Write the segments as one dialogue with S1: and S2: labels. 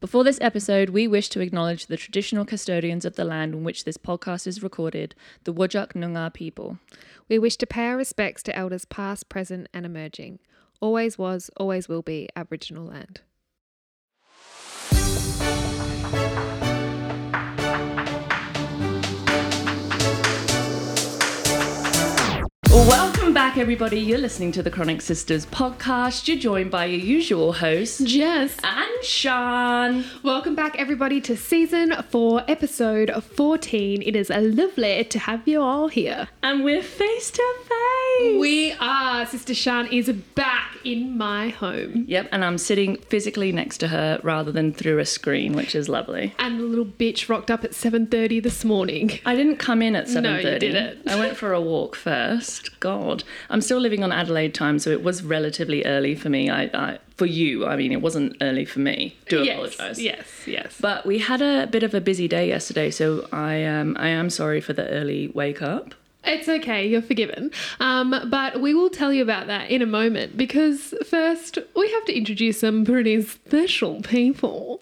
S1: Before this episode, we wish to acknowledge the traditional custodians of the land on which this podcast is recorded, the Wajak Noongar people.
S2: We wish to pay our respects to elders past, present, and emerging. Always was, always will be Aboriginal land.
S1: Welcome back, everybody. You're listening to the Chronic Sisters podcast. You're joined by your usual host,
S2: Yes.
S1: and Sean.
S2: Welcome back, everybody, to season four, episode 14. It is lovely to have you all here.
S1: And we're face to face.
S2: We are. Sister Shan is back in my home.
S1: Yep, and I'm sitting physically next to her rather than through a screen, which is lovely.
S2: And the little bitch rocked up at 7.30 this morning.
S1: I didn't come in at 7:30.
S2: No, you didn't.
S1: I went for a walk first. God, I'm still living on Adelaide time, so it was relatively early for me. I, I for you, I mean, it wasn't early for me. Do apologise.
S2: Yes, yes.
S1: But we had a bit of a busy day yesterday, so I um, I am sorry for the early wake up.
S2: It's okay, you're forgiven. Um, but we will tell you about that in a moment because first we have to introduce some pretty special people.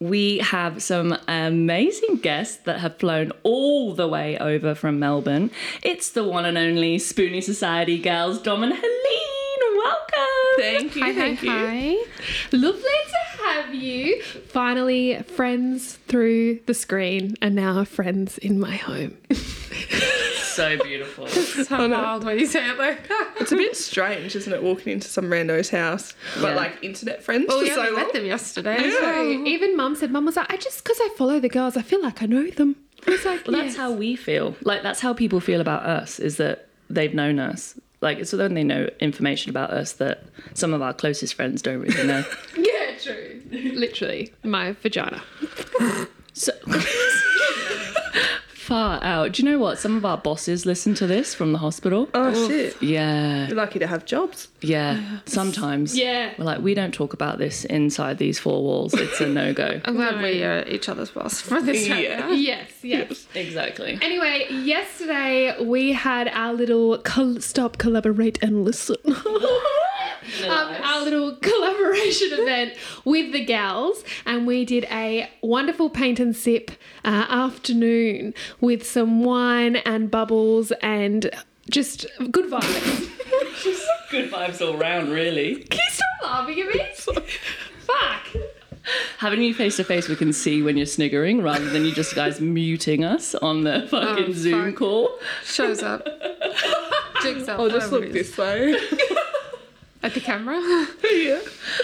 S1: We have some amazing guests that have flown all the way over from Melbourne. It's the one and only Spoonie Society girls, Dom and Helene. Welcome. Thank you.
S3: Hi, hi, hi.
S2: Lovely to have you. Finally, friends through the screen and now friends in my home. Oh,
S1: So beautiful.
S3: It's so wild when you say it like that.
S4: It's a bit strange, isn't it, walking into some rando's house, but
S1: Yeah.
S4: like internet friends
S2: Oh,
S3: Well,
S4: for
S3: we
S4: so
S3: only
S4: long.
S3: met them yesterday.
S2: So even mum said, Mum was like, I just, because I follow the girls, I feel like I know them. I was like,
S1: Well, that's
S2: "Yes."
S1: how we feel. Like that's how people feel about us is that they've known us. Like it's when they know information about us that some of our closest friends don't really know.
S2: Yeah, true. Literally, my vagina.
S1: so far out. Do you know what? Some of our bosses listen to this from the hospital.
S4: Oh shit!
S1: Yeah,
S4: You're lucky to have jobs.
S1: yeah. Sometimes.
S2: Yeah.
S1: We're like, we don't talk about this inside these four walls. It's a no go.
S3: I'm glad we are each other's boss for this. right
S4: Yeah.
S3: now.
S2: Yes, yes.
S1: exactly.
S2: Anyway, yesterday we had our little col- stop, collaborate, and listen. um, our little collaboration event with the gals, and we did a wonderful paint and sip uh, afternoon with some wine and bubbles and just good vibes.
S1: Good vibes all round, really.
S2: Can you stop laughing at me? Fuck.
S1: Having you face to face, we can see when you're sniggering rather than you just guys muting us on the fucking
S3: Oh,
S1: Zoom
S3: fuck.
S1: call.
S3: Shows up. Jigs up.
S1: Oh,
S4: I'll just
S3: whatever
S4: look
S3: it is.
S4: this way.
S3: At the camera.
S4: yeah.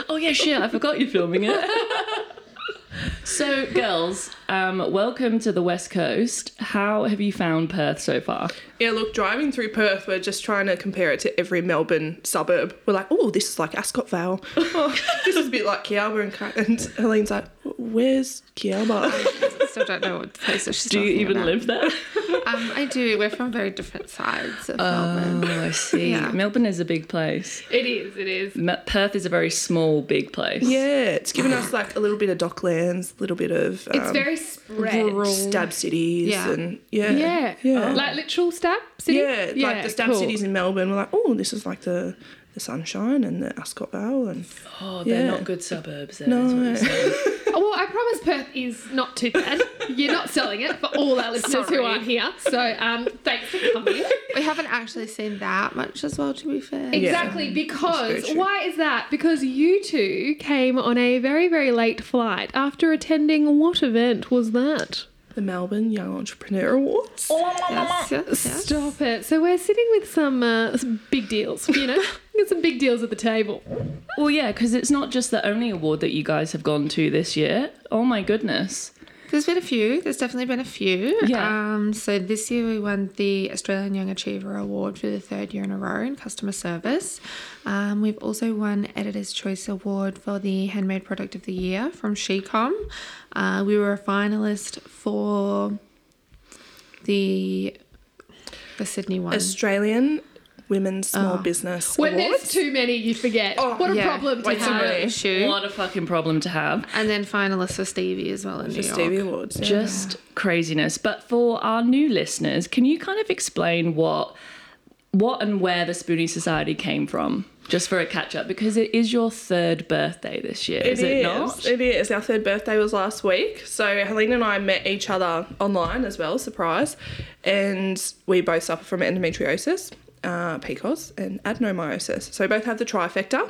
S1: Oh yeah, shit! I forgot you're filming it. so, girls, um, welcome to the West Coast. How have you found Perth so far?
S4: Yeah. Look, driving through Perth, we're just trying to compare it to every Melbourne suburb. We're like, oh, this is like Ascot Vale. Oh, this is a bit like Kialba, and, Ki- and Helene's like, where's Kialba?
S3: Still don't know what place that she's
S1: Do you
S3: talking
S1: even
S3: about.
S1: live there?
S3: Um, I do. We're from very different sides of
S1: Uh,
S3: Melbourne.
S1: I see.
S3: Yeah.
S1: Melbourne is a big place.
S2: It is, it is.
S1: Me- Perth is a very small, big place.
S4: yeah, it's given us like a little bit of Docklands, a little bit of um,
S2: It's very spread.
S4: stab cities,
S3: Yeah.
S4: and yeah,
S2: Yeah.
S4: yeah.
S2: Like literal stab city?
S4: Yeah, like the stab
S2: cool.
S4: cities in Melbourne were like, oh, this is like the the sunshine and the Ascot Vale, and
S1: Oh, they're
S4: Yeah.
S1: not good suburbs. There,
S4: No.
S1: is what you're saying.
S2: Well, I promise Perth is not too bad. You're not selling it for all our listeners who
S3: Sorry.
S2: aren't here. So um, thanks for coming.
S3: We haven't actually seen that much as well, to be fair.
S2: Exactly,
S4: very
S2: because
S4: true.
S2: why is that? Because you two came on a very, very late flight after attending what event was that?
S4: the Melbourne Young Entrepreneur Awards.
S3: Yes, yes, yes.
S2: Stop it. So we're sitting with some, uh, some big deals, you know? Got some big deals at the table.
S1: well, yeah, because it's not just the only award that you guys have gone to this year. Oh my goodness.
S3: There's been a few. There's definitely been a few.
S1: Yeah.
S3: Um, so this year we won the Australian Young Achiever Award for the third year in a row in customer service. Um, we've also won Editor's Choice Award for the Handmade Product of the Year from Shecom. Uh, we were a finalist for the the Sydney one.
S4: Australian Women's Small Business
S2: When
S4: Awards.
S2: there's too many, you forget.
S4: Oh,
S2: what a
S3: yeah.
S2: problem to
S4: Wait, so
S2: have.
S3: Our issue.
S1: What a fucking problem to have.
S3: And then finalist for Stevie as well in
S4: The
S3: New York.
S4: Stevie Awards. yeah.
S1: Just craziness. But for our new listeners, can you kind of explain what what and where the Spoonie Society came from? just for a catch up because it is your third birthday this year, is it not?
S4: It is. Our third birthday was last week. So Helena and I met each other online as well, surprise. And we both suffer from endometriosis, uh, PCOS, and adenomyosis. So we both have the trifecta.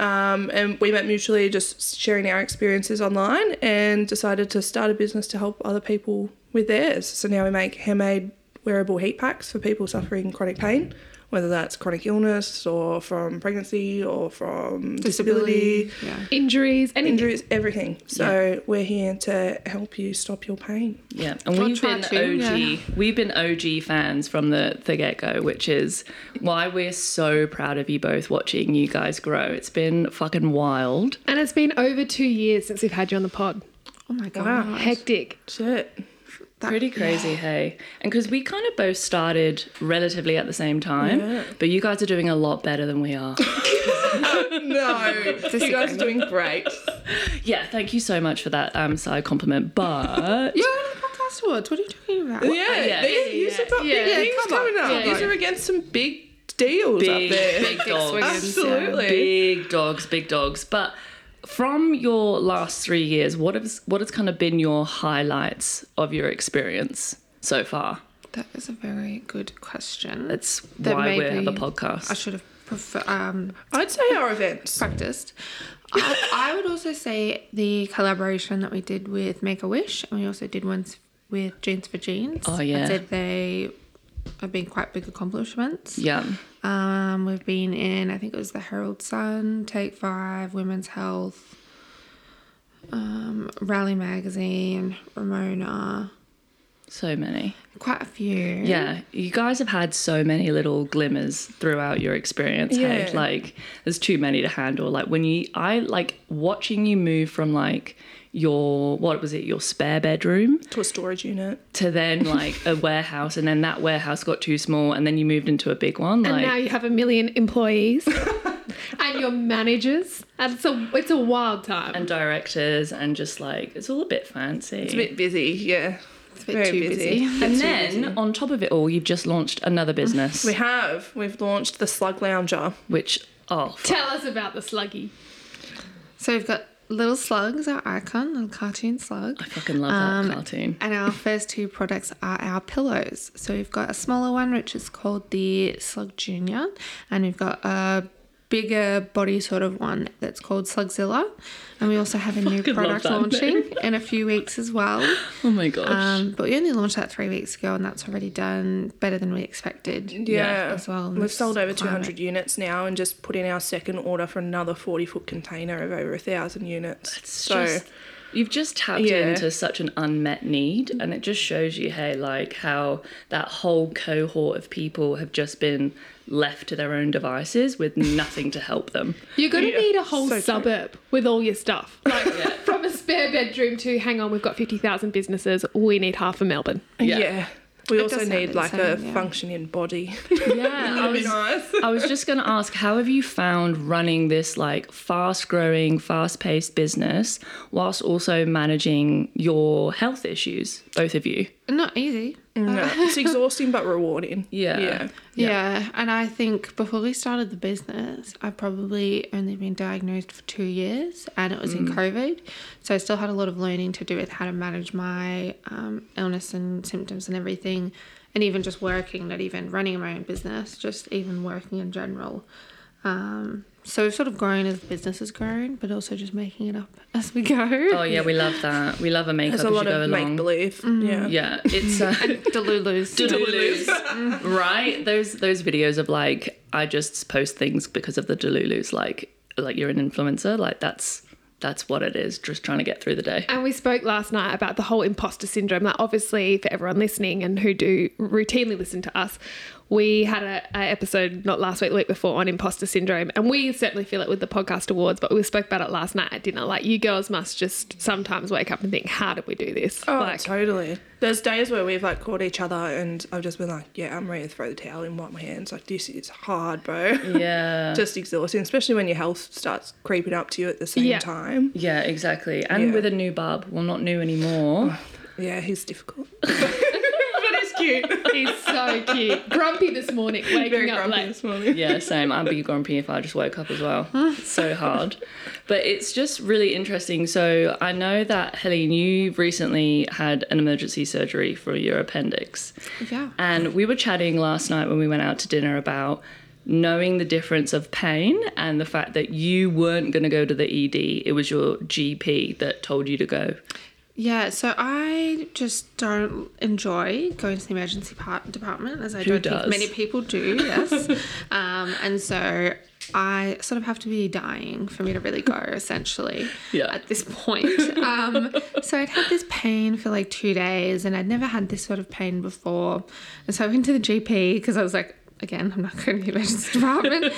S4: Um, and we met mutually just sharing our experiences online and decided to start a business to help other people with theirs. So now we make handmade wearable heat packs for people suffering chronic pain. Whether that's chronic illness or from pregnancy or from disability,
S3: Yeah.
S2: Injuries, anything.
S4: injuries, everything. So we're here to help you stop your pain.
S1: Yeah, and
S3: Or
S1: we've been
S3: try to,
S1: OG.
S3: yeah.
S1: We've been OG fans from the the get go, which is why we're so proud of you both watching you guys grow. It's been fucking wild.
S2: And it's been over two years since we've had you on the pod.
S3: Oh my god.
S2: Hectic.
S4: Shit.
S1: Pretty crazy, hey? And because we kind of both started relatively at the same time, but you guys are doing a lot better than we are.
S4: No, you guys are doing great.
S1: yeah, thank you so much for that um, side compliment. But
S3: You're on the podcast awards. What are you talking about?
S4: Yeah,
S1: yeah,
S4: these,
S1: yeah,
S4: these have got
S2: yeah.
S4: big
S2: Yeah,
S4: things
S3: come on,
S4: coming up.
S2: come
S4: These
S2: on.
S4: are against some big deals
S1: big,
S4: up there.
S1: big dogs.
S4: Absolutely.
S1: Big dogs, big dogs. But from your last three years, what has what has kind of been your highlights of your experience so far?
S3: That is a very good question.
S1: That's
S3: That
S1: why we have a
S3: maybe I
S1: podcast.
S3: should have prefer, um,
S4: I'd say our events.
S3: practiced. I, I would also say the collaboration that we did with Make a Wish, and we also did ones with Jeans for Jeans.
S1: Oh, yeah.
S3: I'd say they have been quite big accomplishments.
S1: Yeah,
S3: Um, we've been in, I think it was the Herald Sun, Take Five, Women's Health, um, Rally Magazine, Ramona,
S1: so many.
S3: quite a few.
S1: Yeah, you guys have had so many little glimmers throughout your experience. hey?
S4: Yeah.
S1: Like, there's too many to handle. Like, when you, I like watching you move from like your, what was it, your spare bedroom
S4: To a storage unit.
S1: to then like a warehouse. And then that warehouse got too small. And then you moved into a big one.
S2: And
S1: Like,
S2: now you have a million employees and your managers. And it's a, it's a wild time.
S1: and directors, and just like, it's all a bit fancy.
S4: It's a bit busy, yeah. It's
S3: a bit too busy.
S1: and then on top of it all, you've just launched another business,
S4: We have. We've launched the Slug Lounger.
S1: which, oh, f-
S2: Tell us about the sluggy.
S3: So we've got Little Slugs, our icon, little cartoon slug.
S1: I fucking love that cartoon.
S3: And our first two products are our pillows. So we've got a smaller one, which is called the Slug Junior, and we've got a bigger body sort of one that's called Slugzilla. And we also have a new
S1: Fucking love
S3: product
S1: that
S3: launching in a few weeks as well.
S1: Oh my gosh.
S3: Um, but we only launched that three weeks ago, and that's already done better than we expected.
S4: Yeah.
S3: as well.
S4: We've sold over
S3: Climate.
S4: 200 units now and just put in our second order for another 40 foot container of over a thousand units.
S1: It's just you've just tapped
S4: Yeah.
S1: into such an unmet need and it just shows you hey like how that whole cohort of people have just been left to their own devices with nothing to help them
S2: You're going to
S4: Yeah,
S2: need a whole
S4: so true.
S2: suburb with all your stuff. Like, from a spare bedroom to, hang on, we've got 50,000 businesses. We need half of Melbourne.
S1: Yeah.
S4: Yeah. We
S3: It
S4: also
S3: does sound
S4: need like a
S3: insane, yeah.
S4: functioning body.
S1: yeah I was,
S4: nice.
S1: I was just going to ask how have you found running this like fast growing fast paced business whilst also managing your health issues both of you
S3: Not easy.
S4: it's exhausting but rewarding.
S1: Yeah.
S4: Yeah.
S3: Yeah. and I think before we started the business, I probably only been diagnosed for two years, and it was
S1: Mm.
S3: in COVID, so I still had a lot of learning to do with how to manage my um, illness and symptoms and everything, and even just working, not even running my own business, just even working in general. Um, so we've sort of grown as the business has grown, but also just making it up as we go.
S1: oh yeah we love that we love a makeup
S4: There's
S1: as
S4: a
S1: you
S4: lot
S1: go
S4: of make
S1: along
S4: believe. Yeah.
S1: yeah it's uh,
S3: Delulu's.
S1: Delulus. right? Those those videos of like I just post things because of the Delulus, like like you're an influencer, like that's that's what it is, just trying to get through the day.
S2: And we spoke last night about the whole imposter syndrome. Like, obviously, for everyone listening and who do routinely listen to us, we had a, a episode not last week, the week before on imposter syndrome, and we certainly feel it with the podcast awards. But we spoke about it last night at dinner. Like, you girls must just sometimes wake up and think, "How did we do this?"
S4: Oh,
S2: like,
S4: totally. There's days where we've like caught each other, and I've just been like, "Yeah, I'm ready to throw the towel and wipe my hands. Like this is hard, bro.
S1: Yeah.
S4: just exhausting, especially when your health starts creeping up to you at the same
S2: Yeah.
S4: time.
S1: yeah, exactly. And
S4: Yeah.
S1: with a new bub, well not new anymore.
S4: Yeah, he's difficult.
S1: but it's
S4: cute.
S2: He's so cute. Grumpy this morning, waking
S4: Very
S2: up
S4: grumpy
S2: late.
S4: this morning.
S1: Yeah, same. I'd be grumpy if I just woke up as well. It's so hard. But it's just really interesting. So I know that Helene, you recently had an emergency surgery for your appendix.
S3: Yeah.
S1: And we were chatting last night when we went out to dinner about knowing the difference of pain and the fact that you weren't going to go to the ED. It was your GP that told you to go.
S3: Yeah, so I just don't enjoy going to the emergency part- department, as I
S1: Who
S3: don't
S1: does?
S3: think many people do. Yes, um, and so I sort of have to be dying for me to really go, essentially.
S1: Yeah.
S3: At this point, um, so I'd had this pain for like two days, and I'd never had this sort of pain before, and so I went to the GP because I was like. Again, I'm not going to the emergency department.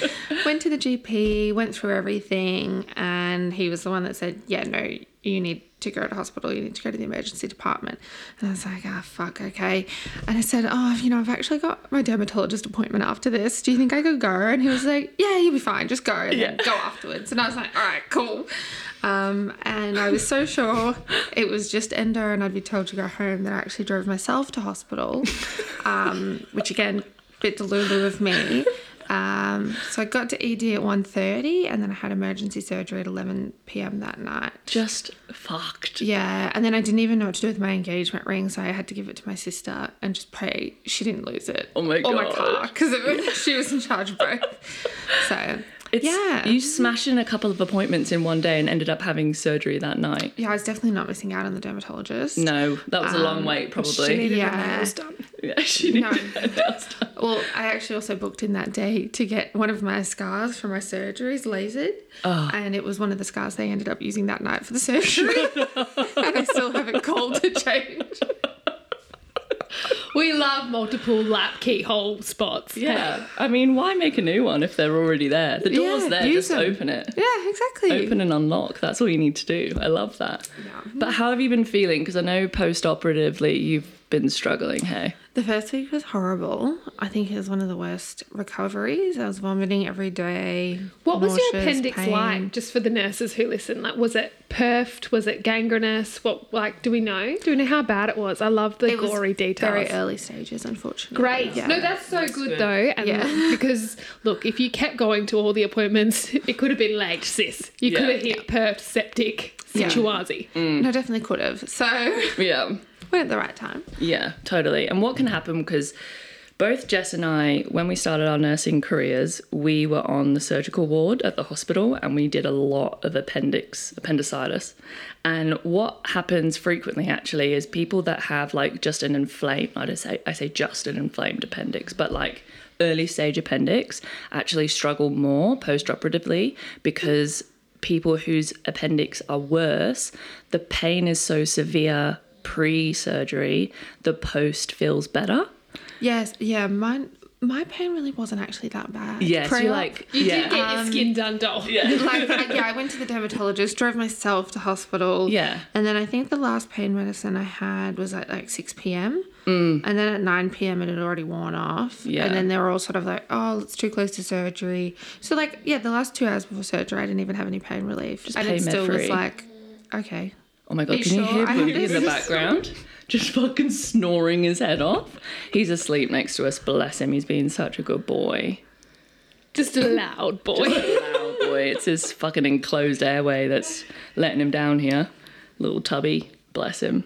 S3: went to the GP, went through everything, and he was the one that said, "Yeah, no, you need to go to hospital. You need to go to the emergency department. And I was like, ah, fuck, okay. And I said, oh, you know, I've actually got my dermatologist appointment after this. Do you think I could go? And he was like, yeah, you'll be fine. Just go and then go afterwards. And I was like, all right, cool. Um, and I was so sure it was just endo and I'd be told to go home that I actually drove myself to hospital, um, which again, bit delulu of me. Um, so I got to ED at 1.30 and then I had emergency surgery at 11 p.m. that night.
S1: Just fucked.
S3: Yeah, and then I didn't even know what to do with my engagement ring, so I had to give it to my sister and just pray she didn't lose it.
S1: Oh my
S3: Or my
S1: God.
S3: car, because she was in charge of both. So
S1: It's,
S3: yeah,
S1: You smashed in a couple of appointments in one day and ended up having surgery that night.
S3: yeah, I was definitely not missing out on the dermatologist.
S1: No, that was a long wait,
S4: She
S1: probably.
S4: needed
S3: Yeah.
S4: her nails done.
S1: yeah, she knew.
S3: Um, No. Well, I actually also booked in that day to get one of my scars from my surgeries lasered, and it was one of the scars they ended up using that night for the surgery, and I still haven't called to change.
S2: We love multiple lap keyhole spots.
S1: Yeah, I mean, why make a new one if they're already there? The door's
S3: Yeah,
S1: there, just
S3: use them.
S1: open it.
S3: Yeah, exactly.
S1: Open and unlock. That's all you need to do. I love that.
S3: Yeah.
S1: But how have you been feeling? Because I know post operatively you've been struggling, hey?
S3: The first week was horrible. I think it was one of the worst recoveries. I was vomiting every day.
S2: What was your
S3: nauseous,
S2: appendix
S3: pain.
S2: like, just for the nurses who listen? Like, was it perfed? Was it gangrenous? What, like, do we know? Do we know how bad it was? I love the
S3: It was
S2: gory details.
S3: Very early stages, unfortunately.
S2: Great.
S3: Yeah.
S2: No, that's so good, though. And
S3: Yeah.
S2: because look, if you kept going to all the appointments, it could have been late, sis. You could
S1: Yeah.
S2: have hit perf, septic,
S3: Yeah.
S2: situazi.
S3: no, definitely could have. So
S1: Yeah.
S3: went at the right time.
S1: Yeah, totally. And what can happen because both Jess and I, when we started our nursing careers, we were on the surgical ward at the hospital and we did a lot of appendix, appendicitis. And what happens frequently actually is people that have like just an inflamed, I just say I say just an inflamed appendix, but like early stage appendix actually struggle more post-operatively because people whose appendix are worse, the pain is so severe pre surgery, the post feels better.
S3: Yes. Yeah. Mine. My pain really wasn't actually that bad.
S1: Yes,
S3: Pre-op,
S1: you're like,
S2: You
S1: yeah.
S2: did get your skin done, doll. Yeah.
S3: like I, yeah, I went to the dermatologist, drove myself to hospital.
S1: Yeah.
S3: And then I think the last pain medicine I had was at like 6 p.m. And then at 9 p.m. it had already worn off.
S1: Mm. Yeah.
S3: And then they were all sort of like, oh, it's too close to surgery. So like, yeah, the last two hours before surgery, I didn't even have any pain relief. and
S1: pain
S3: it still
S1: med-free.
S3: was like, okay.
S1: Oh my god,
S3: you
S1: can you
S3: sure
S1: hear
S3: I have
S1: Boogie in the
S3: this?
S1: background? Just fucking snoring his head off. He's asleep next to us, bless him. He's been such a good boy.
S2: Just a loud boy.
S1: Loud Oh, boy. It's his fucking enclosed airway that's letting him down here. Little tubby, bless him.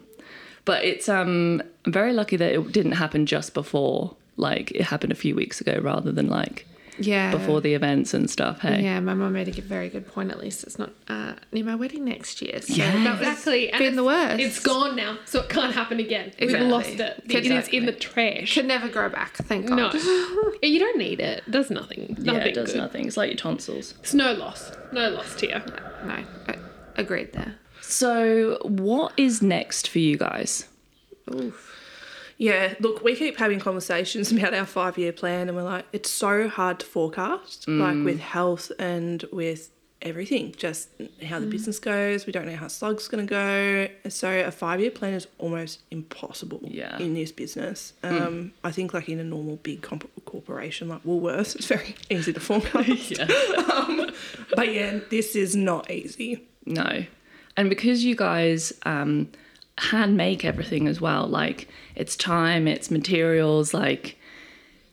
S1: But it's um I'm very lucky that it didn't happen just before. Like it happened a few weeks ago rather than like
S3: Yeah.
S1: before the events and stuff, hey.
S3: Yeah, my mum made a good- very good point. At least it's not uh, near my wedding next year. So
S1: Yeah.
S3: that was
S2: exactly. And
S3: been the worst.
S2: It's gone now, so it can't happen again.
S3: Exactly.
S2: We've lost it. It is
S3: Exactly.
S2: in the trash.
S3: Could never grow back. Thank God.
S2: No, you don't need it. It Does nothing.
S1: Yeah,
S2: Nothing
S1: it does
S2: good.
S1: nothing. It's like your tonsils.
S2: It's no loss. No loss to you.
S3: No. I agreed there.
S1: So, what is next for you guys?
S4: Yeah, look, we keep having conversations about our five year plan, and we're like, it's so hard to forecast, like
S1: Mm.
S4: with health and with everything, just how
S1: Mm.
S4: the business goes. We don't know how Slug's going to go. So, a five year plan is almost impossible
S1: Yeah. Mm.
S4: in this business. Um, I think, like, in a normal big comp- corporation like Woolworths, it's very easy to forecast.
S1: Yeah.
S4: um, but yeah, this is not easy.
S1: No. And because you guys um, hand make everything as well. Like it's time, it's materials, like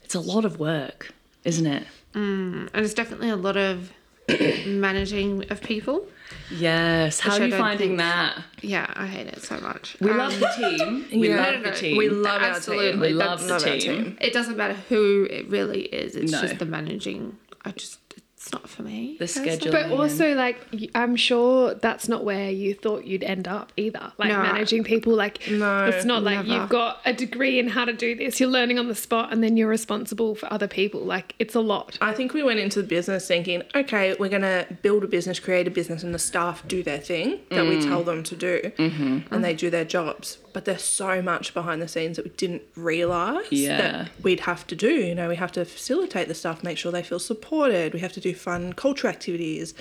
S1: it's a lot of work, isn't it?
S3: And it's definitely a lot of managing of people.
S1: Yes. How
S3: Which
S1: are
S3: I
S1: you
S3: don't
S1: finding
S3: think-
S1: that?
S3: Yeah, I hate it so much.
S1: We
S3: Um,
S1: love the team. We
S4: Yeah.
S1: love
S4: No,
S3: no,
S1: the
S3: no.
S1: team.
S4: We love our
S3: Absolutely.
S4: team.
S1: We
S3: That's-
S1: love the
S4: love our
S1: team.
S4: team.
S3: It doesn't matter who it really is. It's
S1: No.
S3: just the managing. I just, it's not for me.
S1: The
S3: personally.
S1: schedule.
S2: But also, like, y- I'm sure that's not where you thought you'd end up either. Like,
S3: No.
S2: managing people, like,
S4: No,
S2: it's not like
S3: never.
S2: you've got a degree in how to do this. You're learning on the spot and then you're responsible for other people. Like, it's a lot.
S4: I think we went into the business thinking, okay, we're going to build a business, create a business, and the staff do their thing that
S1: Mm.
S4: we tell them to do,
S1: Mm-hmm.
S4: and they do their jobs. But there's so much behind the scenes that we didn't realize
S1: Yeah.
S4: that we'd have to do. You know, we have to facilitate the staff, make sure they feel supported. We have to do fun culture activities,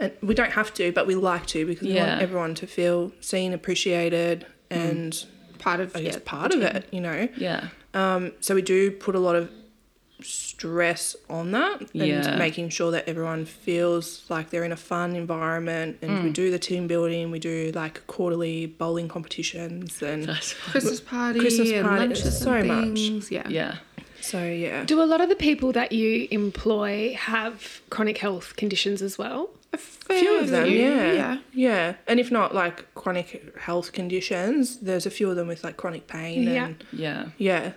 S4: and we don't have to, but we like to because we
S1: Yeah. Mm.
S4: want everyone to feel seen, appreciated, and
S3: part of
S4: I guess
S3: yeah,
S4: part of it. You know,
S1: Yeah.
S4: um, so we do put a lot of stress on that and
S1: Yeah.
S4: making sure that everyone feels like they're in a fun environment and we do the team building we do like quarterly bowling competitions and
S3: Christmas party,
S4: Christmas
S3: and
S4: party,
S3: lunches,
S4: it's so
S3: and
S4: much.
S3: things. Yeah.
S1: Yeah.
S4: so yeah
S2: Do a lot of the people that you employ have chronic health conditions as well?
S3: A
S4: a
S3: fair
S4: few of them
S3: few,
S4: yeah. yeah and if not like chronic health conditions there's a few of them with like chronic pain
S2: Yeah.
S4: and
S1: Yeah.
S4: yeah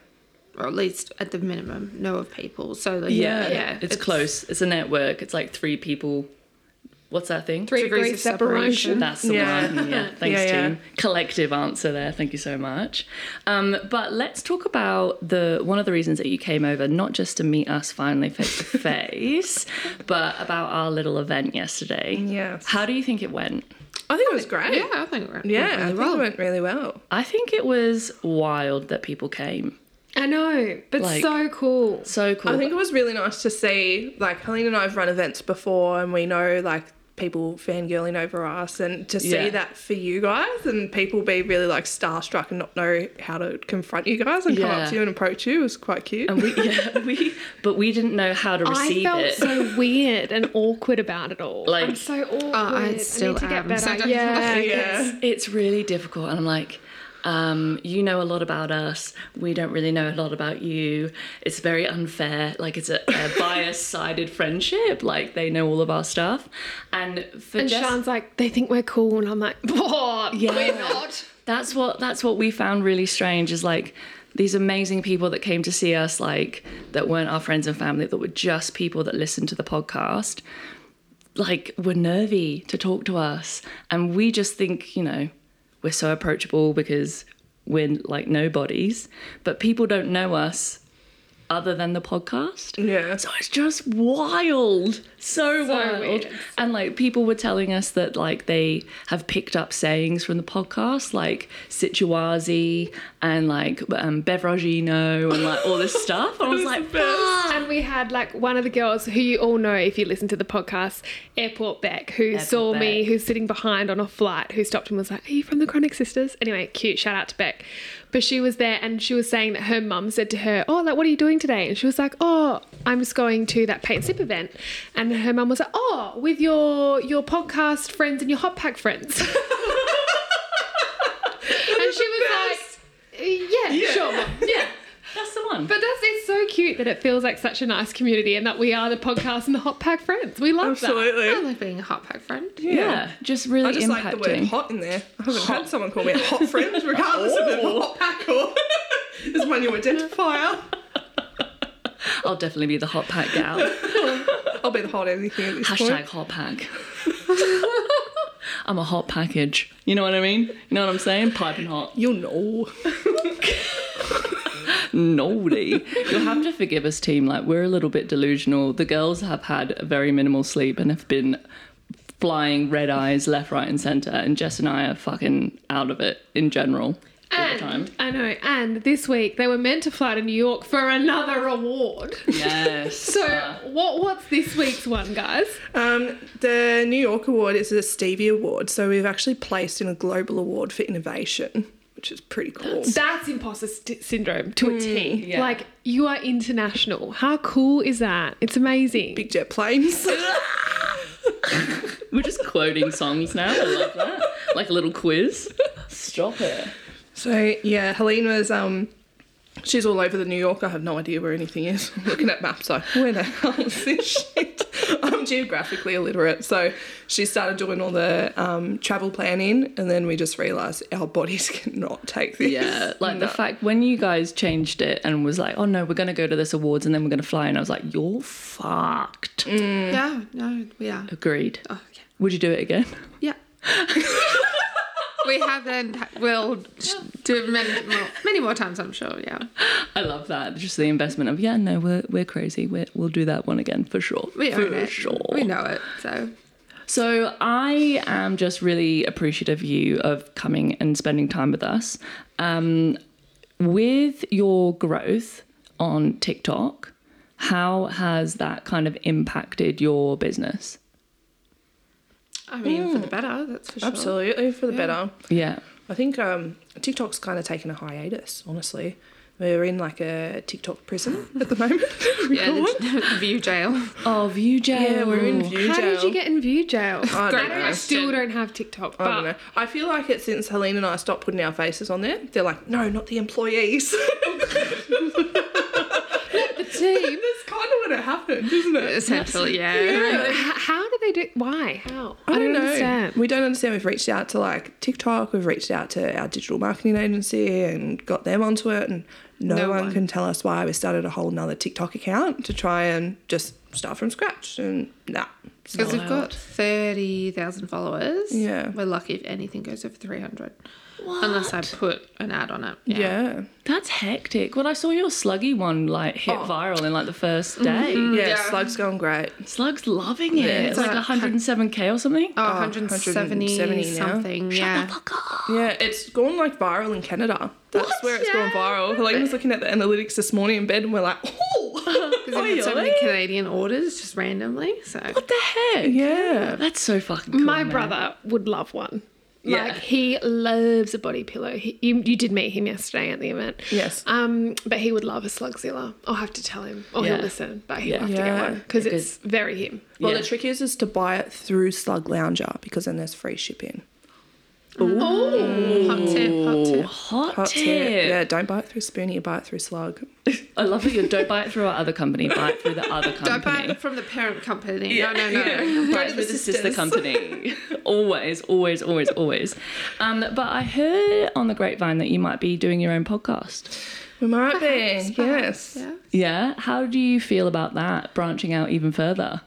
S3: or at least at the minimum know of people. So like,
S1: Yeah.
S3: yeah, yeah,
S1: It's, close. It's a network. It's like three people. What's that thing?
S2: Three
S3: Degrees
S2: degrees,
S3: of
S2: separation.
S3: separation.
S1: That's the
S4: Yeah.
S1: one. Yeah. Thanks,
S4: Yeah, yeah.
S1: team. Collective answer there. Thank you so much. Um, but let's talk about the one of the reasons that you came over, not just to meet us finally face to face, but about our little event yesterday.
S4: Yes.
S1: How do you think it went?
S4: i think it was great
S3: Yeah, I think we're
S4: yeah,
S3: yeah,
S4: I
S3: really
S4: think
S3: well.
S4: it went really well.
S1: I think it was wild that people came.
S2: I know, but
S1: Like-
S2: so cool.
S1: So cool.
S4: I think it was really nice to see, like, Helene and I have run events before, and we know, like, people fangirling over us, and to see
S1: Yeah.
S4: that for you guys, and people be really, like, starstruck and not know how to confront you guys and come
S1: Yeah.
S4: up to you and approach you was quite cute.
S1: and we, yeah, we, but we didn't know how to
S2: I
S1: receive
S2: felt
S1: it.
S2: so weird and awkward about it all.
S1: Like-
S2: I'm so awkward.
S3: uh, I
S2: I,
S3: still
S2: need to get
S3: am, so
S2: better.
S3: don't-
S2: yeah,
S4: yeah.
S1: it's really difficult and i'm like um, you know a lot about us we don't really know a lot about you it's very unfair like it's a, a bias-sided friendship like they know all of our stuff and for
S2: And
S1: Jess-
S2: Sean's like, they think we're cool, and I'm like, oh,
S1: Yeah.
S2: we're not.
S1: that's what that's what we found really strange is like these amazing people that came to see us like that weren't our friends and family that were just people that listened to the podcast like were nervy to talk to us and we just think you know we're so approachable because we're like nobodies but people don't know us other than the podcast
S4: yeah.
S1: so it's just wild. So, wild.
S2: weird.
S1: And like people were telling us that like they have picked up sayings from the podcast, like situazi and like um, beveragino and like all this stuff. And I was like, "Fuck."
S2: And we had like one of the girls who you all know if you listen to the podcast, Airport Beck, who saw me,
S1: Beck.
S2: who's sitting behind on a flight, who stopped and was like, Are you from the Chronic Sisters? Anyway, cute, shout out to Beck. But she was there and she was saying that her mum said to her, Oh, like, what are you doing today? And she was like, Oh, I'm just going to that paint sip event. And her mum was like, Oh, with your your podcast friends and your hot pack friends. and she was like, Yeah, sure, mum. Yeah.
S1: that's the one.
S2: But that's it's so cute that it feels like such a nice community and that we are the podcast and the hot pack friends. We love
S4: Absolutely.
S3: I like being a hot pack friend.
S1: yeah. just really
S4: I just
S1: Oh, impacting.
S4: like the word hot in there. I haven't had someone call me a hot friend, regardless of if I'm
S1: Oh.
S4: a hot pack or is my new identifier.
S1: I'll definitely be the hot pack gal.
S4: I'll be the hot anything at this
S1: Hashtag hot
S4: point.
S1: pack. I'm a hot package. You know what I mean? You know what I'm saying? Piping hot.
S4: You'll know.
S1: naughty. You'll have to forgive us, team. Like, we're a little bit delusional. The girls have had very minimal sleep and have been flying red eyes left, right, and centre. And Jess and I are fucking out of it in general.
S2: that.
S1: all the
S2: And
S1: time.
S2: I know. And this week they were meant to fly to New York for another award.
S1: Yes.
S2: So what what's this week's one, guys?
S4: Um, the New York Award is a Stevie Award, so we've actually placed in a global award for innovation, which is pretty cool.
S2: That's imposter st- syndrome to a T.
S1: yeah.
S2: Like you are international. How cool is that? It's amazing.
S4: Big jet planes.
S1: we're just quoting songs now. I love that. Like a little quiz. Stop it.
S4: So yeah, Helene was um she's all over the New York. I have no idea where anything is. I'm looking at maps like where the hell is this shit? I'm geographically illiterate. So she started doing all the um, travel planning and then we just realised our bodies cannot take this.
S1: Yeah, like the fact when you guys changed it and was like, oh no, we're gonna go to this awards and then we're gonna fly, and I was like, you're fucked.
S3: Yeah, no, we are.
S1: Agreed.
S3: Mm. Oh, yeah.
S1: Would you do it again?
S3: Yeah. we haven't. We'll sh- do it many more, many more times, I'm sure. Yeah.
S1: I love that. Just the investment of yeah, no, we're we're crazy. We're, we'll do that one again for sure.
S3: We
S1: for
S3: own it.
S1: sure.
S3: We know it. So
S1: So I am just really appreciative of you of coming and spending time with us. Um, with your growth on TikTok, how has that kind of impacted your business?
S3: I mean, for the better, that's for sure.
S4: Absolutely, for the better.
S1: Yeah.
S4: I think um, TikTok's kind of taken a hiatus, honestly. We're in like a TikTok prison at the moment.
S3: Yeah, the, the view jail.
S1: Oh, view jail.
S4: yeah, we're in view
S2: How
S4: jail.
S2: did you get in view jail?
S4: I
S2: I,
S4: don't
S2: don't- I
S4: know.
S2: still don't have TikTok,
S4: I don't know.
S2: but
S4: I feel like it since Helene and I stopped putting our faces on there. They're like, no, not the employees.
S2: the team.
S4: That's kind of what it happened, isn't it?
S3: Essentially, yeah.
S2: H- How do they do? Why? How? I,
S4: don't
S2: don't understand.
S4: We don't understand. We've reached out to like TikTok. We've reached out to our digital marketing agency and got them onto it. And no,
S3: No
S4: one,
S3: one.
S4: can tell us why we started a whole nother TikTok account to try and just start from scratch. And nah. it's
S3: Because
S4: not-
S3: we've got 30,000 followers.
S4: Yeah.
S3: We're lucky if anything goes over 300. Unless I put an ad on it.
S4: Yeah. Yeah.
S1: That's hectic. When I saw your sluggy one like hit viral in like the first day,
S4: Mm-hmm. Mm,
S3: Yeah.
S4: Slug's going great.
S1: Slugs loving it. it's like 107k or something.
S3: Oh, 170,
S4: 170 now.
S3: something. yeah.
S4: Yeah, it's gone like viral in Canada. That's where it's gone viral. Helene was looking at the analytics this morning in bed and we're like, oh,
S3: Because we've had so many Canadian orders just randomly. So
S1: What the heck?
S4: yeah.
S1: That's so fucking cool.
S2: My
S1: man.
S2: brother would love one.
S1: Yeah.
S2: Like he loves a body pillow. He, you, you did meet him yesterday at the event.
S4: Yes.
S2: Um, but he would love a Slugzilla. I'll have to tell him, or
S1: Yeah.
S2: he'll listen. But he'll
S1: Yeah.
S2: have to
S4: Yeah.
S2: get one because it's very him.
S4: Well,
S1: Yeah.
S4: the trick is is to buy it through Slug Lounger because then there's free shipping.
S3: hot tip, hot tip.
S1: Hot,
S4: Hot
S1: tip.
S4: tip. Yeah, don't buy it through Spoonie, buy it through Slug.
S1: I love that you don't buy it through our other company, buy it through the other company.
S3: Don't buy it from the parent company. No, no, no.
S1: Buy it through the sister company. always, always, always, always. Um, but I heard on the grapevine that you might be doing your own podcast.
S4: We might be.
S3: perhaps,
S4: yes.
S3: Yeah.
S1: Yeah. How do you feel about that branching out even further?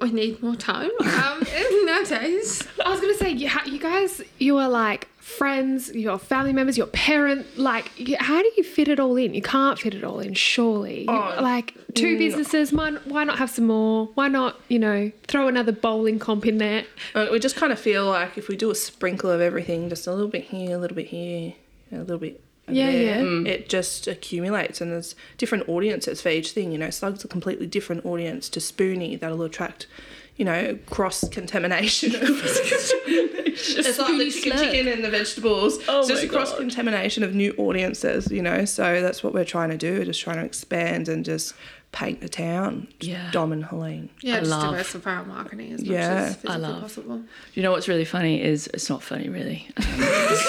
S3: We need more time. Um, nowadays.
S2: I was gonna say, you, ha- you guys, you are like friends, your family members, your parent. Like, you, how do you fit it all in? You can't fit it all in, surely. You-
S4: Oh,
S2: like two businesses. Why, n- why not have some more? Why not, you know, throw another bowling comp in there?
S4: Uh, We just kind of feel like if we do a sprinkle of everything, just a little bit here, a little bit here, a little bit over
S2: Yeah,
S4: there,
S2: yeah.
S4: it just accumulates. And there's different audiences for each thing. You know, Slug's a completely different audience to Spoonie that'll attract, you know, cross contamination. it's like the
S1: Spoonie
S4: chicken,
S1: Slug.
S4: chicken and the vegetables.
S1: Oh
S4: it's just
S1: my God.
S4: cross contamination of new audiences, you know. So that's what we're trying to do, just trying to expand and just paint the town. Just
S1: Yeah.
S4: Dom and Helene.
S3: Yeah,
S1: I
S3: just
S1: love-
S3: diversify our marketing as much
S4: Yeah. I
S3: as physically
S1: love.
S3: possible.
S1: You know what's really funny is it's not funny really.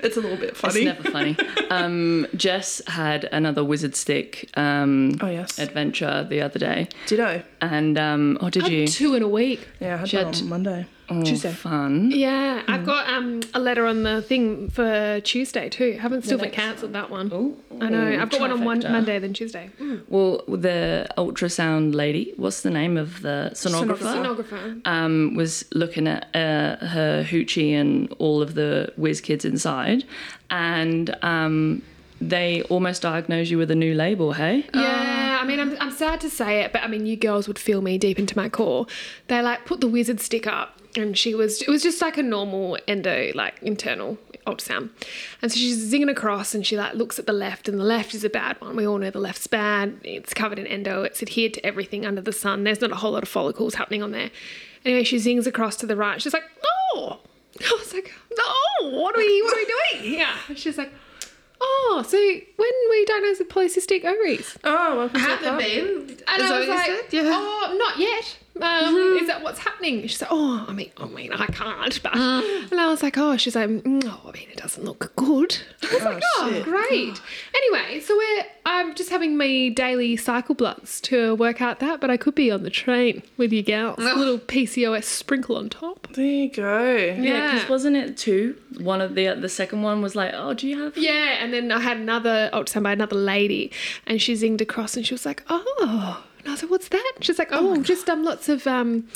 S4: It's a little bit funny.
S1: It's never funny. Um, Jess had another wizard stick um,
S4: Oh, yes.
S1: adventure the other day,
S4: Ditto.
S1: and um, oh, did you?
S2: Two in a week.
S4: Yeah, I had
S1: She
S4: that
S1: had-
S4: on Monday.
S1: Oh,
S4: Tuesday.
S1: fun.
S2: Yeah, I've got um, a letter on the thing for Tuesday too. Haven't still been
S1: next
S2: cancelled that one.
S1: Ooh.
S2: I know. I've got one on one
S1: Trifecta.
S2: Monday, then Tuesday.
S1: Well, the ultrasound lady, what's the name of the sonographer?
S2: Sonographer.
S1: Um, was looking at uh, her hoochie and all of the whiz kids inside, and um, they almost diagnosed you with a new label. Hey,
S2: Yeah, I mean, I'm, I'm sad to say it, but I mean, you girls would feel me deep into my core. They like put the wizard stick up, and she was, it was just like a normal endo, like internal ultrasound. And so she's zinging across, and she like looks at the left, and the left is a bad one. We all know the left's bad. It's covered in endo, it's adhered to everything under the sun. There's not a whole lot of follicles happening on there. Anyway, she zings across to the right. She's like, oh. I was like, no, what are we, what are we doing? Yeah. She's like, oh, so when we diagnosed with polycystic ovaries?
S4: Oh, welcome to the
S3: Have
S4: club.
S3: been?
S2: And
S3: Is
S2: I
S3: that
S2: was
S3: what
S2: like,
S3: you said? Yeah. Mm-hmm.
S2: oh, not yet. Um, Is that what's happening? She's like, oh, I mean, I mean, I can't. But
S3: Mm.
S2: and I was like, oh, she's like, mm, oh, I mean, it doesn't look good. I was like, oh, great. Anyway, so we're I'm just having my daily cycle bloods to work out that, but I could be on the train with you gals. A little PCOS sprinkle on top.
S4: There you go.
S1: Yeah, because
S2: Yeah.
S1: wasn't it two? One of the the second one was like, oh, do you have?
S2: Yeah, and then I had another ultrasound by another lady, and she zinged across, and she was like, "Oh," and I was like, "What's that?" And she's like, "Oh, just um, lots of um,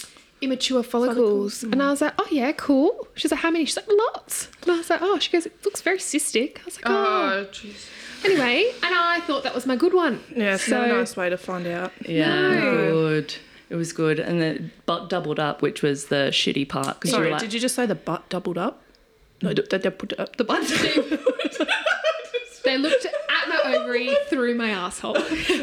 S2: immature follicles,",
S4: mm.
S2: and I was like, "Oh yeah, cool." She's like, "How many?" She's like, "Lots," and I was like, "Oh," she goes, "It looks very cystic." I was like, "Oh."
S4: Oh, jeez.
S2: Anyway, and I thought that was my good one.
S4: Yeah, it's not a
S2: So-
S4: nice way to find out.
S1: Yeah,
S2: No.
S1: good. It was good, and then but doubled up, which was the shitty part. Because you
S4: Sorry,
S1: were like,
S4: did you just say the butt doubled up? No, d- d- d- put up the butt.
S2: They looked at my ovary through my asshole.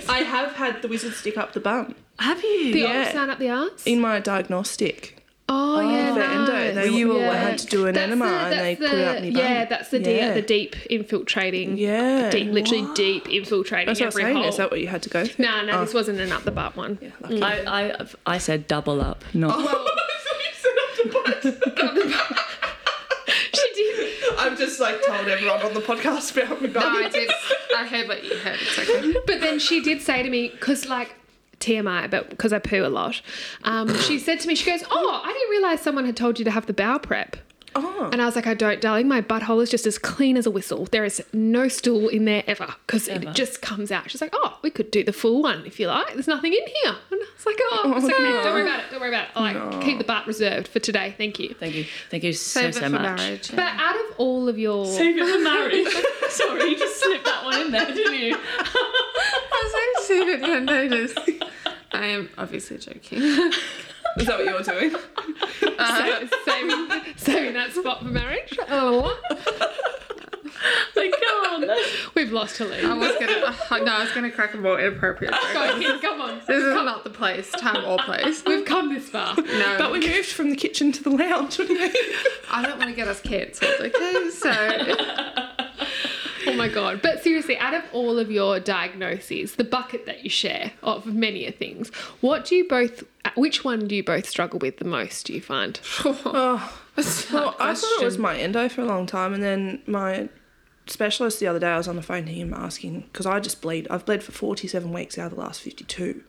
S4: I have had the wizard stick up the bum
S1: have you?
S2: The
S4: Yeah.
S2: ultrasound up the ass.
S4: in my diagnostic.
S2: Oh, yeah,
S4: for endo,
S2: nice.
S4: they- you
S1: were-
S2: yeah.
S4: had to do an
S2: That's
S4: enema
S2: the-
S4: and
S2: that's
S4: they put it up in your bum.
S2: Yeah, that's the,
S4: Yeah.
S2: deep, the deep infiltrating.
S4: Yeah.
S2: Deep, literally deep infiltrating
S4: That's what I'm
S2: every
S4: saying.
S2: hole.
S4: Is that what Oh. you had to go through?
S2: no, no, this wasn't an up the butt one.
S1: I, I I said double up, not
S2: She did.
S4: I've just like told everyone on the podcast about my
S3: No, I
S4: bum.
S3: did. I heard what you heard. It's okay.
S2: But then she did say to me, because like TMI, but because I poo a lot, um, she said to me, she goes, "Oh, I didn't realize someone had told you to have the bowel prep."
S4: Oh.
S2: And I was like, I don't, darling. My butthole is just as clean as a whistle. There is no stool in there ever because it just comes out. She's like, oh, we could do the full one if you like. There's nothing in here. And I was like, oh, it's okay. don't worry about it. Don't worry about it. I like, keep the butt reserved for today. Thank you.
S1: thank you, thank you so
S3: Save it
S1: so
S3: for
S1: much.
S3: marriage.
S2: But out of all of your,
S1: it for marriage. Sorry, you just slipped that one in there, didn't you?
S3: I was like, "Shit, I didn't notice." I am obviously joking.
S4: Is that what you're doing?
S2: sa- saving, saving that spot for marriage, oh,
S1: Like, come on, that's
S2: we've lost her lead.
S3: I was gonna. no, I was gonna crack a more inappropriate joke.
S2: Go, kid, come on.
S3: This is not the place, time or place.
S2: We've come this far.
S3: No,
S4: But we moved from the kitchen to the lounge. wouldn't we?
S3: I don't want to get us cancelled. Okay, so
S2: Oh my god. But seriously, out of all of your diagnoses, the bucket that you share of many a things, what do you both which one do you both struggle with the most, do you find?
S4: oh, well, I thought it was
S3: question.
S4: my endo for a long time, and then my specialist the other day, I was on the phone to him asking because I just bleed. I've bled for 47 weeks out of the last 52.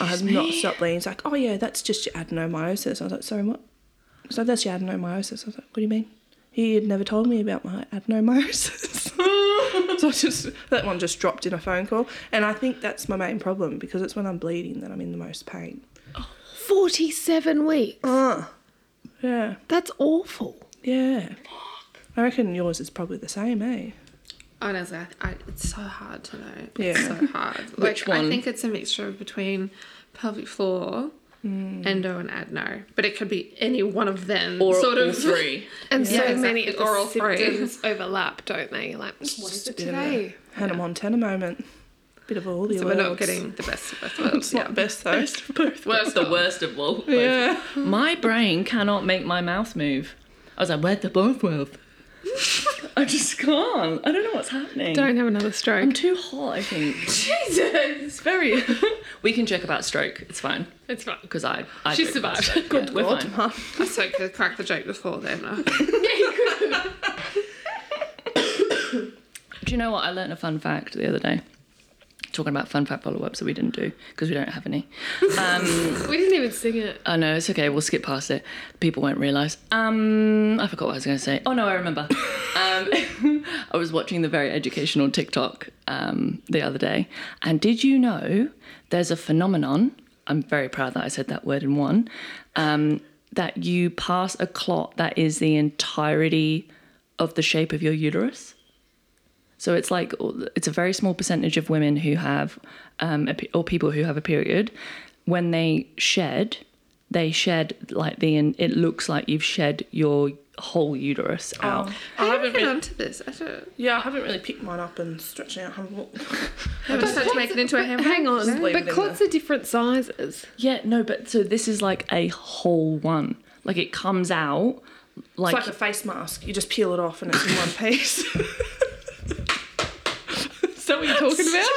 S4: I have not stopped bleeding. He's like, oh yeah, that's just your adenomyosis. I was like, sorry, what? So that's your adenomyosis. I was like, what do you mean? He had never told me about my adenomyosis. so I just that one just dropped in a phone call, and I think that's my main problem because it's when I'm bleeding that I'm in the most pain.
S2: 47 weeks.
S4: Uh, yeah,
S2: That's awful.
S4: yeah. I reckon yours is probably the same, eh?
S3: honestly, I, I, it's so hard to know. It's
S4: Yeah.
S3: so hard. Like,
S1: Which
S3: I
S1: one?
S3: think it's a mixture between pelvic floor, endo, and adeno, but it could be any one of them.
S1: Hmm. Or
S3: sort
S1: all
S3: of
S1: three.
S2: And so
S3: Yeah,
S2: many
S3: exactly.
S2: of the
S3: Or all three.
S2: symptoms overlap, don't they? Like, what is it
S4: bit of a
S2: today?
S4: Hannah Montana moment. Bit of all the
S3: So we're
S4: worlds.
S3: not getting the best of both worlds.
S4: It's not
S3: yeah.
S4: best though.
S3: Worst
S1: the
S3: of-
S1: worst of all.
S4: yeah.
S1: My brain cannot make my mouth move. I was like, where'd the both move? I just can't. I don't know what's happening.
S2: Don't have another
S1: I'm
S2: stroke.
S1: too hot, I think.
S2: Jesus.
S1: It's very. we can joke about stroke. It's fine.
S2: It's fine.
S1: Because I, I.
S2: She
S1: joke about
S2: survived.
S1: stroke.
S2: Good
S1: Yeah, we're
S4: God,
S1: fine.
S4: Mum.
S3: I so could crack the joke before then. uh,
S1: Do you know what? I learned a fun fact the other day. Talking about fun fact follow ups that we didn't do because we don't have any.
S2: We didn't even sing it.
S1: Oh no, it's okay. We'll skip past it. People won't realise. Um, I forgot what I was going to say. Oh no, I remember. um, I was watching the very educational TikTok um, the other day, and did you know there's a phenomenon? I'm very proud that I said that word in one. Um, that you pass a clot that is the entirety of the shape of your uterus. So it's like it's a very small percentage of women who have, um, a pe- or people who have a period, when they shed, they shed like the and it looks like you've shed your whole uterus
S4: Oh.
S1: out.
S3: I haven't
S4: haven't
S3: been
S4: been-
S3: onto this. I don't.
S4: Yeah, I haven't really picked mine up and stretched it out. Have a look.
S3: I haven't started to make it into a handbag.
S2: Hang on.
S4: leave
S2: But
S4: it in
S2: clots are different sizes.
S1: Yeah, no, but so this is like a whole one. Like it comes out
S4: It's
S1: like,
S4: like a face mask. You just peel it off and it's in one piece.
S2: Is that what you're talking about?